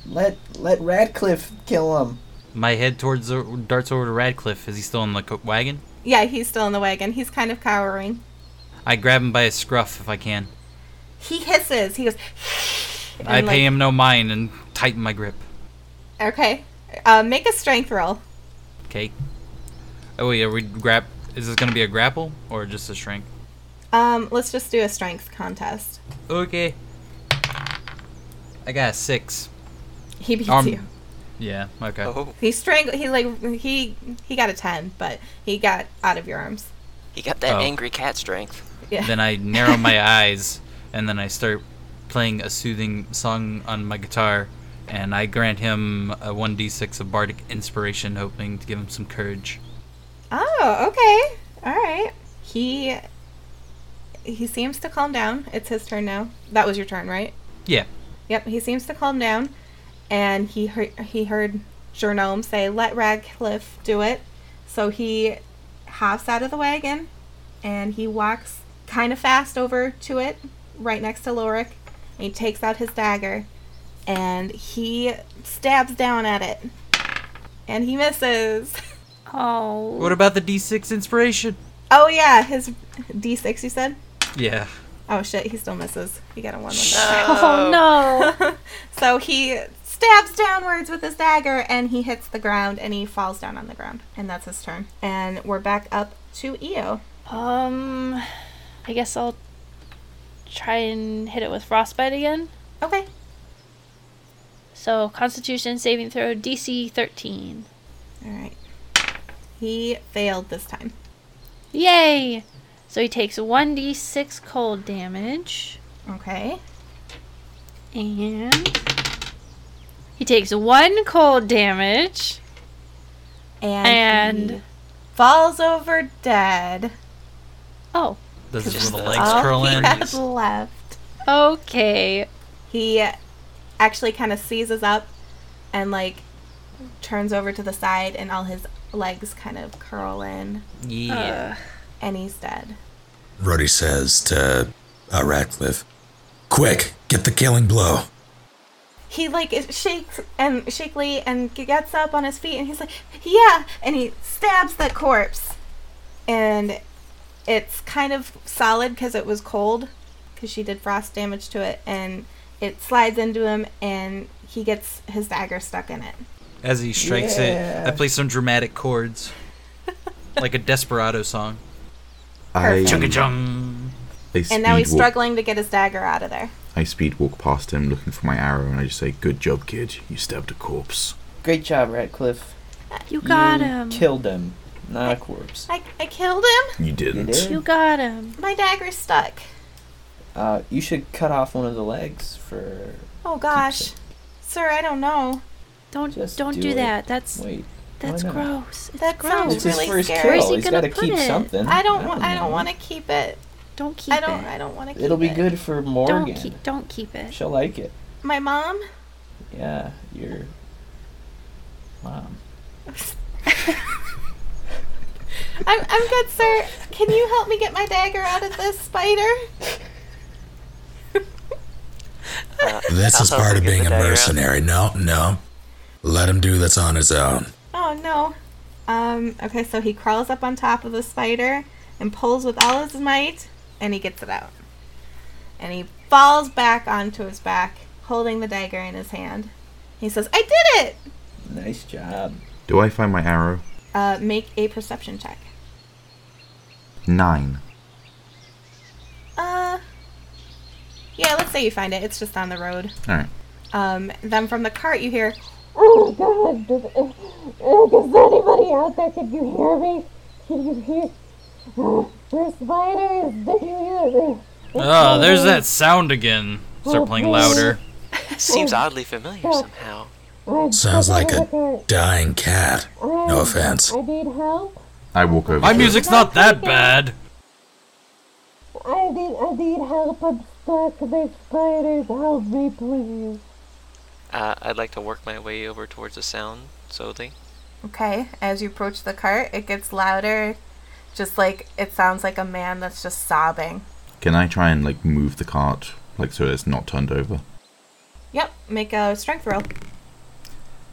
[SPEAKER 9] Let let Radcliffe kill him.
[SPEAKER 6] My head towards the, darts over to Radcliffe. Is he still in the co- wagon?
[SPEAKER 2] Yeah, he's still in the wagon. He's kind of cowering.
[SPEAKER 3] I grab him by his scruff if I can.
[SPEAKER 2] He hisses. He goes. and,
[SPEAKER 3] I
[SPEAKER 2] like-
[SPEAKER 3] pay him no mind and tighten my grip.
[SPEAKER 2] Okay. Uh, make a strength roll.
[SPEAKER 3] Okay. Oh yeah, we grab. Is this gonna be a grapple or just a shrink?
[SPEAKER 2] Um, let's just do a strength contest.
[SPEAKER 3] Okay. I got a six.
[SPEAKER 2] He beats
[SPEAKER 3] Um,
[SPEAKER 2] you.
[SPEAKER 3] Yeah. Okay.
[SPEAKER 5] Oh,
[SPEAKER 2] He strangled. He like he he got a ten, but he got out of your arms.
[SPEAKER 5] He got that
[SPEAKER 3] Oh.
[SPEAKER 5] angry cat strength.
[SPEAKER 2] Yeah.
[SPEAKER 3] Then I narrow my eyes and then I start playing a soothing song on my guitar. And I grant him a 1d6 of bardic inspiration, hoping to give him some courage.
[SPEAKER 2] Oh, okay. All right. He he seems to calm down. It's his turn now. That was your turn, right?
[SPEAKER 3] Yeah.
[SPEAKER 2] Yep. He seems to calm down, and he heard he heard Jernome say, "Let Radcliffe do it." So he hops out of the wagon, and he walks kind of fast over to it, right next to Lorik, and he takes out his dagger, and he stabs down at it, and he misses. <laughs> Oh.
[SPEAKER 3] What about the d6 inspiration?
[SPEAKER 2] Oh yeah, his D6 you said?
[SPEAKER 3] Yeah.
[SPEAKER 2] Oh shit, he still misses. He got a
[SPEAKER 10] <laughs>
[SPEAKER 2] one.
[SPEAKER 10] Oh,
[SPEAKER 2] no. so he stabs downwards with his dagger and he hits the ground and he falls down on the ground. And that's his turn. And we're back up to E Eo.
[SPEAKER 10] Um, I guess I'll try and hit it with frostbite again.
[SPEAKER 2] Okay.
[SPEAKER 10] So Constitution saving throw DC 13.
[SPEAKER 2] All right. He failed this time.
[SPEAKER 10] Yay! So he takes 1d6 cold damage.
[SPEAKER 2] Okay.
[SPEAKER 10] And he takes one cold damage.
[SPEAKER 2] And
[SPEAKER 10] And,
[SPEAKER 2] he falls over dead.
[SPEAKER 10] Oh.
[SPEAKER 3] Does his
[SPEAKER 2] Just
[SPEAKER 3] little
[SPEAKER 2] that's
[SPEAKER 3] legs
[SPEAKER 2] all
[SPEAKER 3] curl
[SPEAKER 2] he
[SPEAKER 3] in?
[SPEAKER 2] has left.
[SPEAKER 10] Okay.
[SPEAKER 2] He actually kind of seizes up and like turns over to the side, and all his legs kind of curl in.
[SPEAKER 3] Yeah.
[SPEAKER 2] And he's dead.
[SPEAKER 7] Rhodey says to uh, Ratcliffe, Quick, get the killing blow.
[SPEAKER 2] He like is- shakes and shakily and g- gets up on his feet, and he's like, "Yeah!" And he stabs the corpse, and it's kind of solid because it was cold, because she did frost damage to it, and it slides into him, and he gets his dagger stuck in it.
[SPEAKER 3] As he strikes
[SPEAKER 2] Yeah.
[SPEAKER 3] it, I play some dramatic chords. like a desperado song.
[SPEAKER 4] I,
[SPEAKER 3] Chugga-chung.
[SPEAKER 4] I
[SPEAKER 2] and now
[SPEAKER 4] speed
[SPEAKER 2] he's
[SPEAKER 4] walk-
[SPEAKER 2] struggling to get his dagger out of there.
[SPEAKER 4] I speed walk past him looking for my arrow and I just say, Good job, kid. You stabbed a corpse.
[SPEAKER 9] Great job, Ratcliffe.
[SPEAKER 10] You got him.
[SPEAKER 9] Killed him, not a corpse.
[SPEAKER 2] I, I killed him.
[SPEAKER 4] You didn't.
[SPEAKER 9] You did.
[SPEAKER 10] You got him.
[SPEAKER 2] My dagger's stuck.
[SPEAKER 9] Uh, you should cut off one of the legs for.
[SPEAKER 2] Oh gosh, sir, I don't know.
[SPEAKER 10] Don't
[SPEAKER 9] Just
[SPEAKER 10] don't do,
[SPEAKER 9] do it.
[SPEAKER 10] that. That's
[SPEAKER 9] Wait.
[SPEAKER 10] that's
[SPEAKER 9] why not?
[SPEAKER 10] gross. It's
[SPEAKER 2] That
[SPEAKER 10] gross.
[SPEAKER 2] sounds
[SPEAKER 9] It's his
[SPEAKER 2] really
[SPEAKER 9] first
[SPEAKER 2] scary.
[SPEAKER 9] kill.
[SPEAKER 10] Where's he
[SPEAKER 9] He's
[SPEAKER 10] gonna
[SPEAKER 9] gotta
[SPEAKER 10] put
[SPEAKER 9] keep
[SPEAKER 10] it?
[SPEAKER 9] something.
[SPEAKER 2] I don't
[SPEAKER 9] I
[SPEAKER 2] want.
[SPEAKER 9] don't
[SPEAKER 2] I
[SPEAKER 9] know.
[SPEAKER 2] don't want to keep it.
[SPEAKER 10] Don't keep
[SPEAKER 2] I don't.
[SPEAKER 10] it.
[SPEAKER 2] I don't want to keep
[SPEAKER 9] It'll be
[SPEAKER 2] it.
[SPEAKER 9] good for
[SPEAKER 10] don't
[SPEAKER 9] Morgan.
[SPEAKER 10] keep don't
[SPEAKER 9] <laughs>
[SPEAKER 10] keep it.
[SPEAKER 9] She'll like it.
[SPEAKER 2] My mom.
[SPEAKER 9] Yeah, your mom.
[SPEAKER 2] I'm, I'm good, sir. Can you help me get my dagger out of this spider?
[SPEAKER 5] Uh,
[SPEAKER 7] This is
[SPEAKER 5] I'll
[SPEAKER 7] part of
[SPEAKER 5] get
[SPEAKER 7] being
[SPEAKER 5] the
[SPEAKER 7] a
[SPEAKER 5] dagger out.
[SPEAKER 7] mercenary. No, no. Let him do this on his own.
[SPEAKER 2] Oh no. Um. Okay. So he crawls up on top of the spider and pulls with all his might, and he gets it out. And he falls back onto his back, holding the dagger in his hand. He says, "I did it."
[SPEAKER 9] Nice job.
[SPEAKER 4] Do I find my arrow?
[SPEAKER 2] Uh, make a perception check.
[SPEAKER 4] Nine.
[SPEAKER 2] Uh. Yeah. Let's say you find it. It's just on the road.
[SPEAKER 4] Alright.
[SPEAKER 2] Um, then from the cart you hear,
[SPEAKER 12] Oh God! Does, is anybody out there? Can you hear me? Can you hear? Oh, there's spiders. Do you hear me?
[SPEAKER 3] Ah,
[SPEAKER 6] Oh, there's that sound again. Start playing louder.
[SPEAKER 5] Seems oddly familiar somehow.
[SPEAKER 12] I'm
[SPEAKER 7] Sounds
[SPEAKER 12] stuck
[SPEAKER 7] like
[SPEAKER 12] in
[SPEAKER 7] a
[SPEAKER 12] the
[SPEAKER 7] dying cat.
[SPEAKER 12] car.
[SPEAKER 7] No offense.
[SPEAKER 12] I need help.
[SPEAKER 4] I walk over.
[SPEAKER 6] My
[SPEAKER 4] to
[SPEAKER 6] music's not that bad.
[SPEAKER 12] I need. I need help. I'm stuck. There's spiders. Help me, please.
[SPEAKER 5] Uh, I'd like to work my way over towards the sound slowly.
[SPEAKER 2] okay, as you approach the cart, it gets louder. Just like it sounds like a man that's just sobbing.
[SPEAKER 4] Can I try and like move the cart like so it's not turned over?
[SPEAKER 2] Yep, make a strength roll.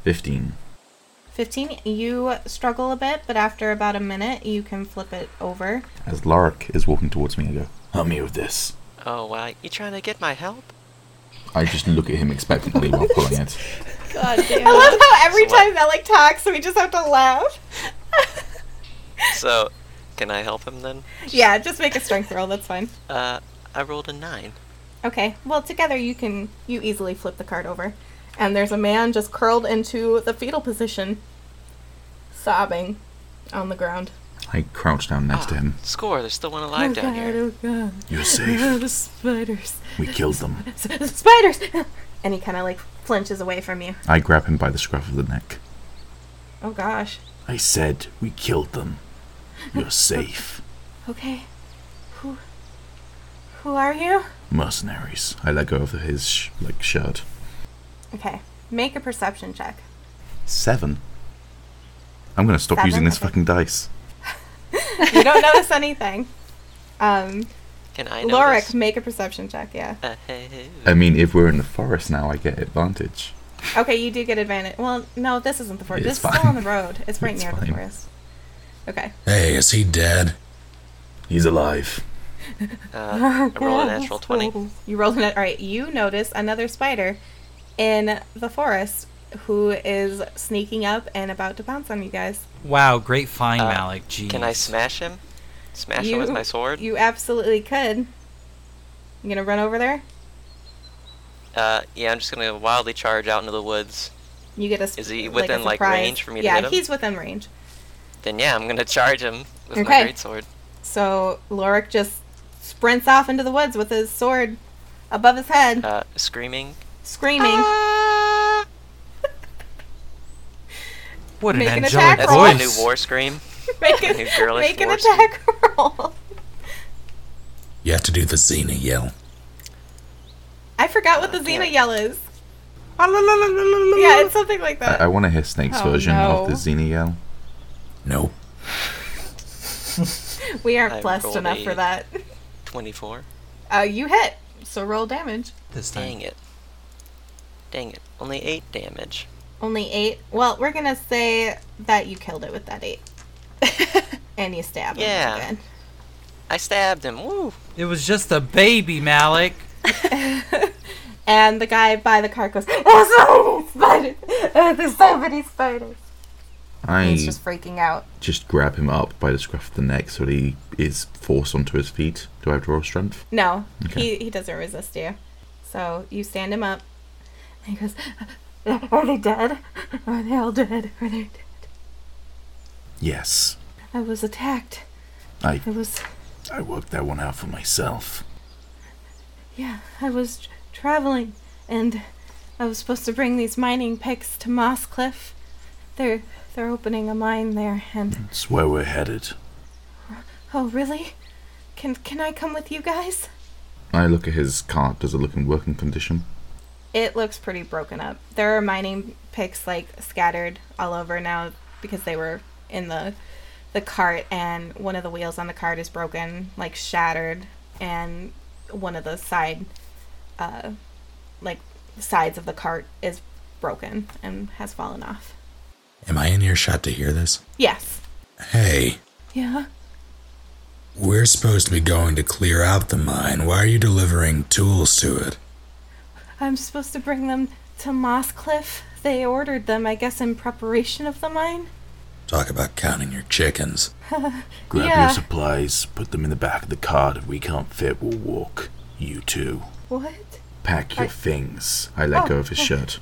[SPEAKER 4] Fifteen.
[SPEAKER 2] 15, you struggle a bit, but after about a minute, you can flip it over.
[SPEAKER 4] As Lorik is walking towards me, I go, Help me with this.
[SPEAKER 5] Oh wow, you trying to get my help?
[SPEAKER 4] I just look at him expectantly while pulling it.
[SPEAKER 2] God damn. <laughs> I love how every time Alec talks, we just have to laugh.
[SPEAKER 5] So, can I help him then?
[SPEAKER 2] Yeah, just make a strength roll. That's fine.
[SPEAKER 5] Uh, I rolled a nine.
[SPEAKER 2] Okay. Well, together you can you easily flip the card over, and there's a man just curled into the fetal position, sobbing, on the ground.
[SPEAKER 4] I crouch down next to him.
[SPEAKER 5] Ah, Score, there's still one alive down here.
[SPEAKER 2] Oh god!
[SPEAKER 4] You're safe.
[SPEAKER 2] Oh, the spiders.
[SPEAKER 4] We killed them.
[SPEAKER 2] S- <laughs> spiders. And he kind of like flinches away from you.
[SPEAKER 4] I grab him by the scruff of the neck.
[SPEAKER 2] Oh gosh.
[SPEAKER 4] I said we killed them. You're safe.
[SPEAKER 2] Okay. Who? Who are you?
[SPEAKER 4] Mercenaries. I let go of his sh- like shirt.
[SPEAKER 2] Okay. Make a perception <laughs> check.
[SPEAKER 4] Seven. I'm gonna stop
[SPEAKER 2] Seven?
[SPEAKER 4] using this fucking dice.
[SPEAKER 2] You don't notice anything. Um,
[SPEAKER 5] Can I
[SPEAKER 2] Lorik, make a perception check. Yeah.
[SPEAKER 5] Uh, hey, hey.
[SPEAKER 2] <laughs>
[SPEAKER 4] I mean, if we're in the forest now, I get advantage.
[SPEAKER 2] Okay, you do get advantage. Well, no, this isn't the forest. This
[SPEAKER 4] It's
[SPEAKER 2] is still
[SPEAKER 4] fine.
[SPEAKER 2] on the road. It's right
[SPEAKER 4] It's
[SPEAKER 2] near the
[SPEAKER 4] fine.
[SPEAKER 2] forest.
[SPEAKER 5] <laughs>
[SPEAKER 2] Okay.
[SPEAKER 7] Hey, is he dead?
[SPEAKER 4] He's alive.
[SPEAKER 2] Oh,
[SPEAKER 5] Uh, I rolled a
[SPEAKER 2] <laughs>
[SPEAKER 5] natural 20.
[SPEAKER 2] You rolled a nat- All right. You notice another spider in the forest who is sneaking up and about to bounce on you guys.
[SPEAKER 3] Wow, great find, Malik. Jeez.
[SPEAKER 5] Can I smash him? Smash
[SPEAKER 2] you,
[SPEAKER 5] him with my sword?
[SPEAKER 2] You absolutely could. You gonna run over there?
[SPEAKER 5] Uh, yeah, I'm just gonna wildly charge out into the woods.
[SPEAKER 2] You get a. sp-
[SPEAKER 5] Is he
[SPEAKER 2] a
[SPEAKER 5] within, like,
[SPEAKER 2] surprise.
[SPEAKER 5] range for me to
[SPEAKER 2] Yeah,
[SPEAKER 5] hit him?
[SPEAKER 2] he's within range.
[SPEAKER 5] Then yeah, I'm gonna charge him with
[SPEAKER 2] Okay.
[SPEAKER 5] my greatsword.
[SPEAKER 2] So Lorik just sprints off into the woods with his sword above his head,
[SPEAKER 5] Uh, screaming.
[SPEAKER 2] screaming.
[SPEAKER 5] Ah!
[SPEAKER 3] What
[SPEAKER 2] Make
[SPEAKER 3] an
[SPEAKER 2] an
[SPEAKER 3] angelic
[SPEAKER 2] attack
[SPEAKER 5] That's
[SPEAKER 3] voice.
[SPEAKER 5] my new war scream.
[SPEAKER 2] <laughs> make
[SPEAKER 5] New
[SPEAKER 2] an,
[SPEAKER 5] girlish
[SPEAKER 2] make an
[SPEAKER 5] war
[SPEAKER 2] attack roll. <laughs>
[SPEAKER 7] You have to do the Xena yell.
[SPEAKER 2] I forgot
[SPEAKER 5] Oh,
[SPEAKER 2] what the Xena
[SPEAKER 5] <laughs>
[SPEAKER 2] yell is. Yeah, it's something like that.
[SPEAKER 4] I, I want to hear Snake's
[SPEAKER 2] Oh,
[SPEAKER 4] version of the
[SPEAKER 2] no.
[SPEAKER 4] Xena yell.
[SPEAKER 7] Nope.
[SPEAKER 2] We aren't
[SPEAKER 5] I
[SPEAKER 2] blessed
[SPEAKER 5] rolled
[SPEAKER 2] enough
[SPEAKER 5] a-
[SPEAKER 2] for that.
[SPEAKER 5] 24.
[SPEAKER 2] Uh, you hit, so roll damage.
[SPEAKER 3] This time.
[SPEAKER 5] Dang it. Dang it. Only 8 damage.
[SPEAKER 2] Only eight. Well, we're gonna say that you killed it with that eight, <laughs> and you stab him
[SPEAKER 5] Yeah.
[SPEAKER 2] again.
[SPEAKER 5] I stabbed him. Woo!
[SPEAKER 3] It was just a baby, Malik.
[SPEAKER 2] And the guy by the cart goes, "Oh, so many spiders! <laughs> Oh, there's so many spiders!"
[SPEAKER 4] I
[SPEAKER 2] He's just freaking out.
[SPEAKER 4] just grab him up by the scruff of the neck so that he is forced onto his feet. Do I have to roll strength?
[SPEAKER 2] No,
[SPEAKER 4] Okay.
[SPEAKER 2] he, he doesn't resist you. So you stand him up. And he goes, Are they dead? Are they all dead? Are they dead?
[SPEAKER 4] Yes.
[SPEAKER 2] I was attacked.
[SPEAKER 4] I
[SPEAKER 2] I was,
[SPEAKER 4] I worked that one out for myself.
[SPEAKER 2] yeah, I was tr- traveling and I was supposed to bring these mining picks to Moss Cliff. They're, they're opening a mine there and,
[SPEAKER 4] That's where we're headed.
[SPEAKER 2] oh, really? Can, can I come with you guys?
[SPEAKER 4] I look at his cart. Does it look in working condition?
[SPEAKER 2] It looks pretty broken up. There are mining picks like scattered all over now because they were in the the cart and one of the wheels on the cart is broken, like shattered, and one of the side uh like sides of the cart is broken and has fallen off.
[SPEAKER 7] Am I in earshot to hear this?
[SPEAKER 2] Yes.
[SPEAKER 7] Hey,
[SPEAKER 2] Yeah.
[SPEAKER 7] we're supposed to be going to clear out the mine. Why are you delivering tools to it?
[SPEAKER 2] I'm supposed to bring them to Moss Cliff. They ordered them, I guess, in preparation of the mine.
[SPEAKER 7] Talk about counting your chickens.
[SPEAKER 4] <laughs> Grab
[SPEAKER 2] Yeah.
[SPEAKER 4] your supplies, put them in the back of the cart. If we can't fit, we'll walk. You too.
[SPEAKER 2] What?
[SPEAKER 4] Pack your
[SPEAKER 2] I-
[SPEAKER 4] things. I let
[SPEAKER 2] Oh,
[SPEAKER 4] go of his
[SPEAKER 2] oh.
[SPEAKER 4] shirt.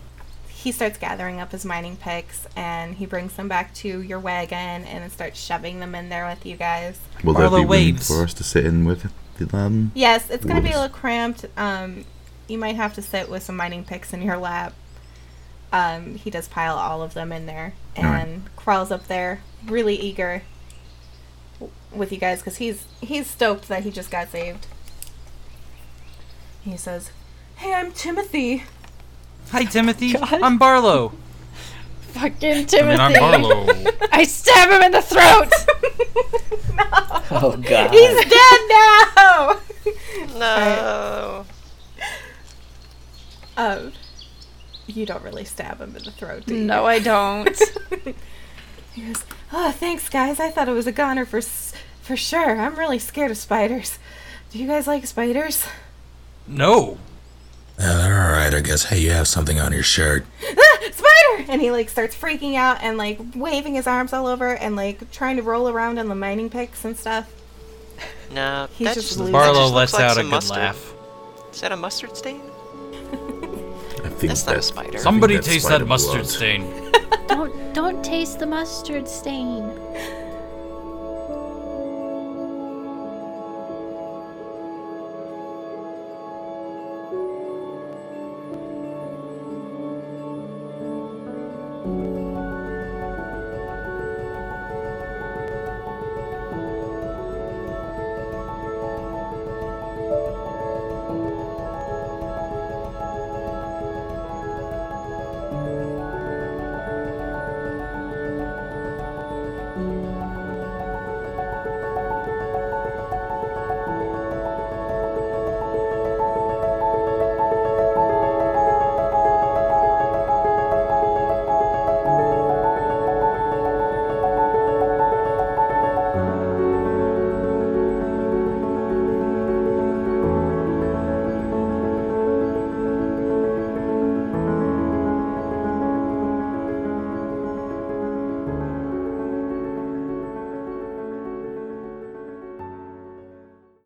[SPEAKER 2] he starts gathering up his mining picks and he brings them back to your wagon and starts shoving them in there with you guys.
[SPEAKER 4] Will
[SPEAKER 3] Barlow
[SPEAKER 4] there be
[SPEAKER 3] waves.
[SPEAKER 4] room for us to sit in with them?
[SPEAKER 2] Yes, it's going to be a
[SPEAKER 4] Oops.
[SPEAKER 2] little cramped. Um, you might have to sit with some mining picks in your lap. Um, he does pile all of them in there
[SPEAKER 4] Alright.
[SPEAKER 2] and crawls up there, really eager w- with you guys because he's he's stoked that he just got saved. He says, "Hey, I'm Timothy."
[SPEAKER 3] Hi, Timothy. I'm Barlow.
[SPEAKER 10] Fucking Timothy.
[SPEAKER 3] I mean, I'm Barlow.
[SPEAKER 10] I stab him in the throat.
[SPEAKER 2] <laughs>
[SPEAKER 8] Oh god.
[SPEAKER 2] He's dead now. <laughs>
[SPEAKER 5] No!
[SPEAKER 2] Um, you don't really stab him in the throat, do you?
[SPEAKER 10] no, I don't.
[SPEAKER 2] He goes, "Oh, thanks, guys. I thought it was a goner for s- for sure. I'm really scared of spiders." Do you guys like spiders? <laughs>
[SPEAKER 6] No.
[SPEAKER 7] Uh, they're all right, I guess. Hey, you have something on your shirt.
[SPEAKER 2] ah, spider! And he like starts freaking out and like waving his arms all over and like trying to roll around on the mining picks and stuff.
[SPEAKER 5] No,
[SPEAKER 2] He's
[SPEAKER 5] that
[SPEAKER 2] just
[SPEAKER 5] just
[SPEAKER 2] losing.
[SPEAKER 5] that
[SPEAKER 6] Barlow
[SPEAKER 5] just
[SPEAKER 6] lets
[SPEAKER 5] looks like
[SPEAKER 6] out a
[SPEAKER 5] some
[SPEAKER 6] good
[SPEAKER 5] mustard.
[SPEAKER 6] laugh.
[SPEAKER 5] Is that a mustard stain?
[SPEAKER 3] I think
[SPEAKER 5] That's not a spider. I
[SPEAKER 6] Somebody
[SPEAKER 3] think that's
[SPEAKER 6] taste
[SPEAKER 3] spider
[SPEAKER 6] that mustard
[SPEAKER 3] blood.
[SPEAKER 6] stain.
[SPEAKER 10] <laughs> don't don't taste the mustard stain.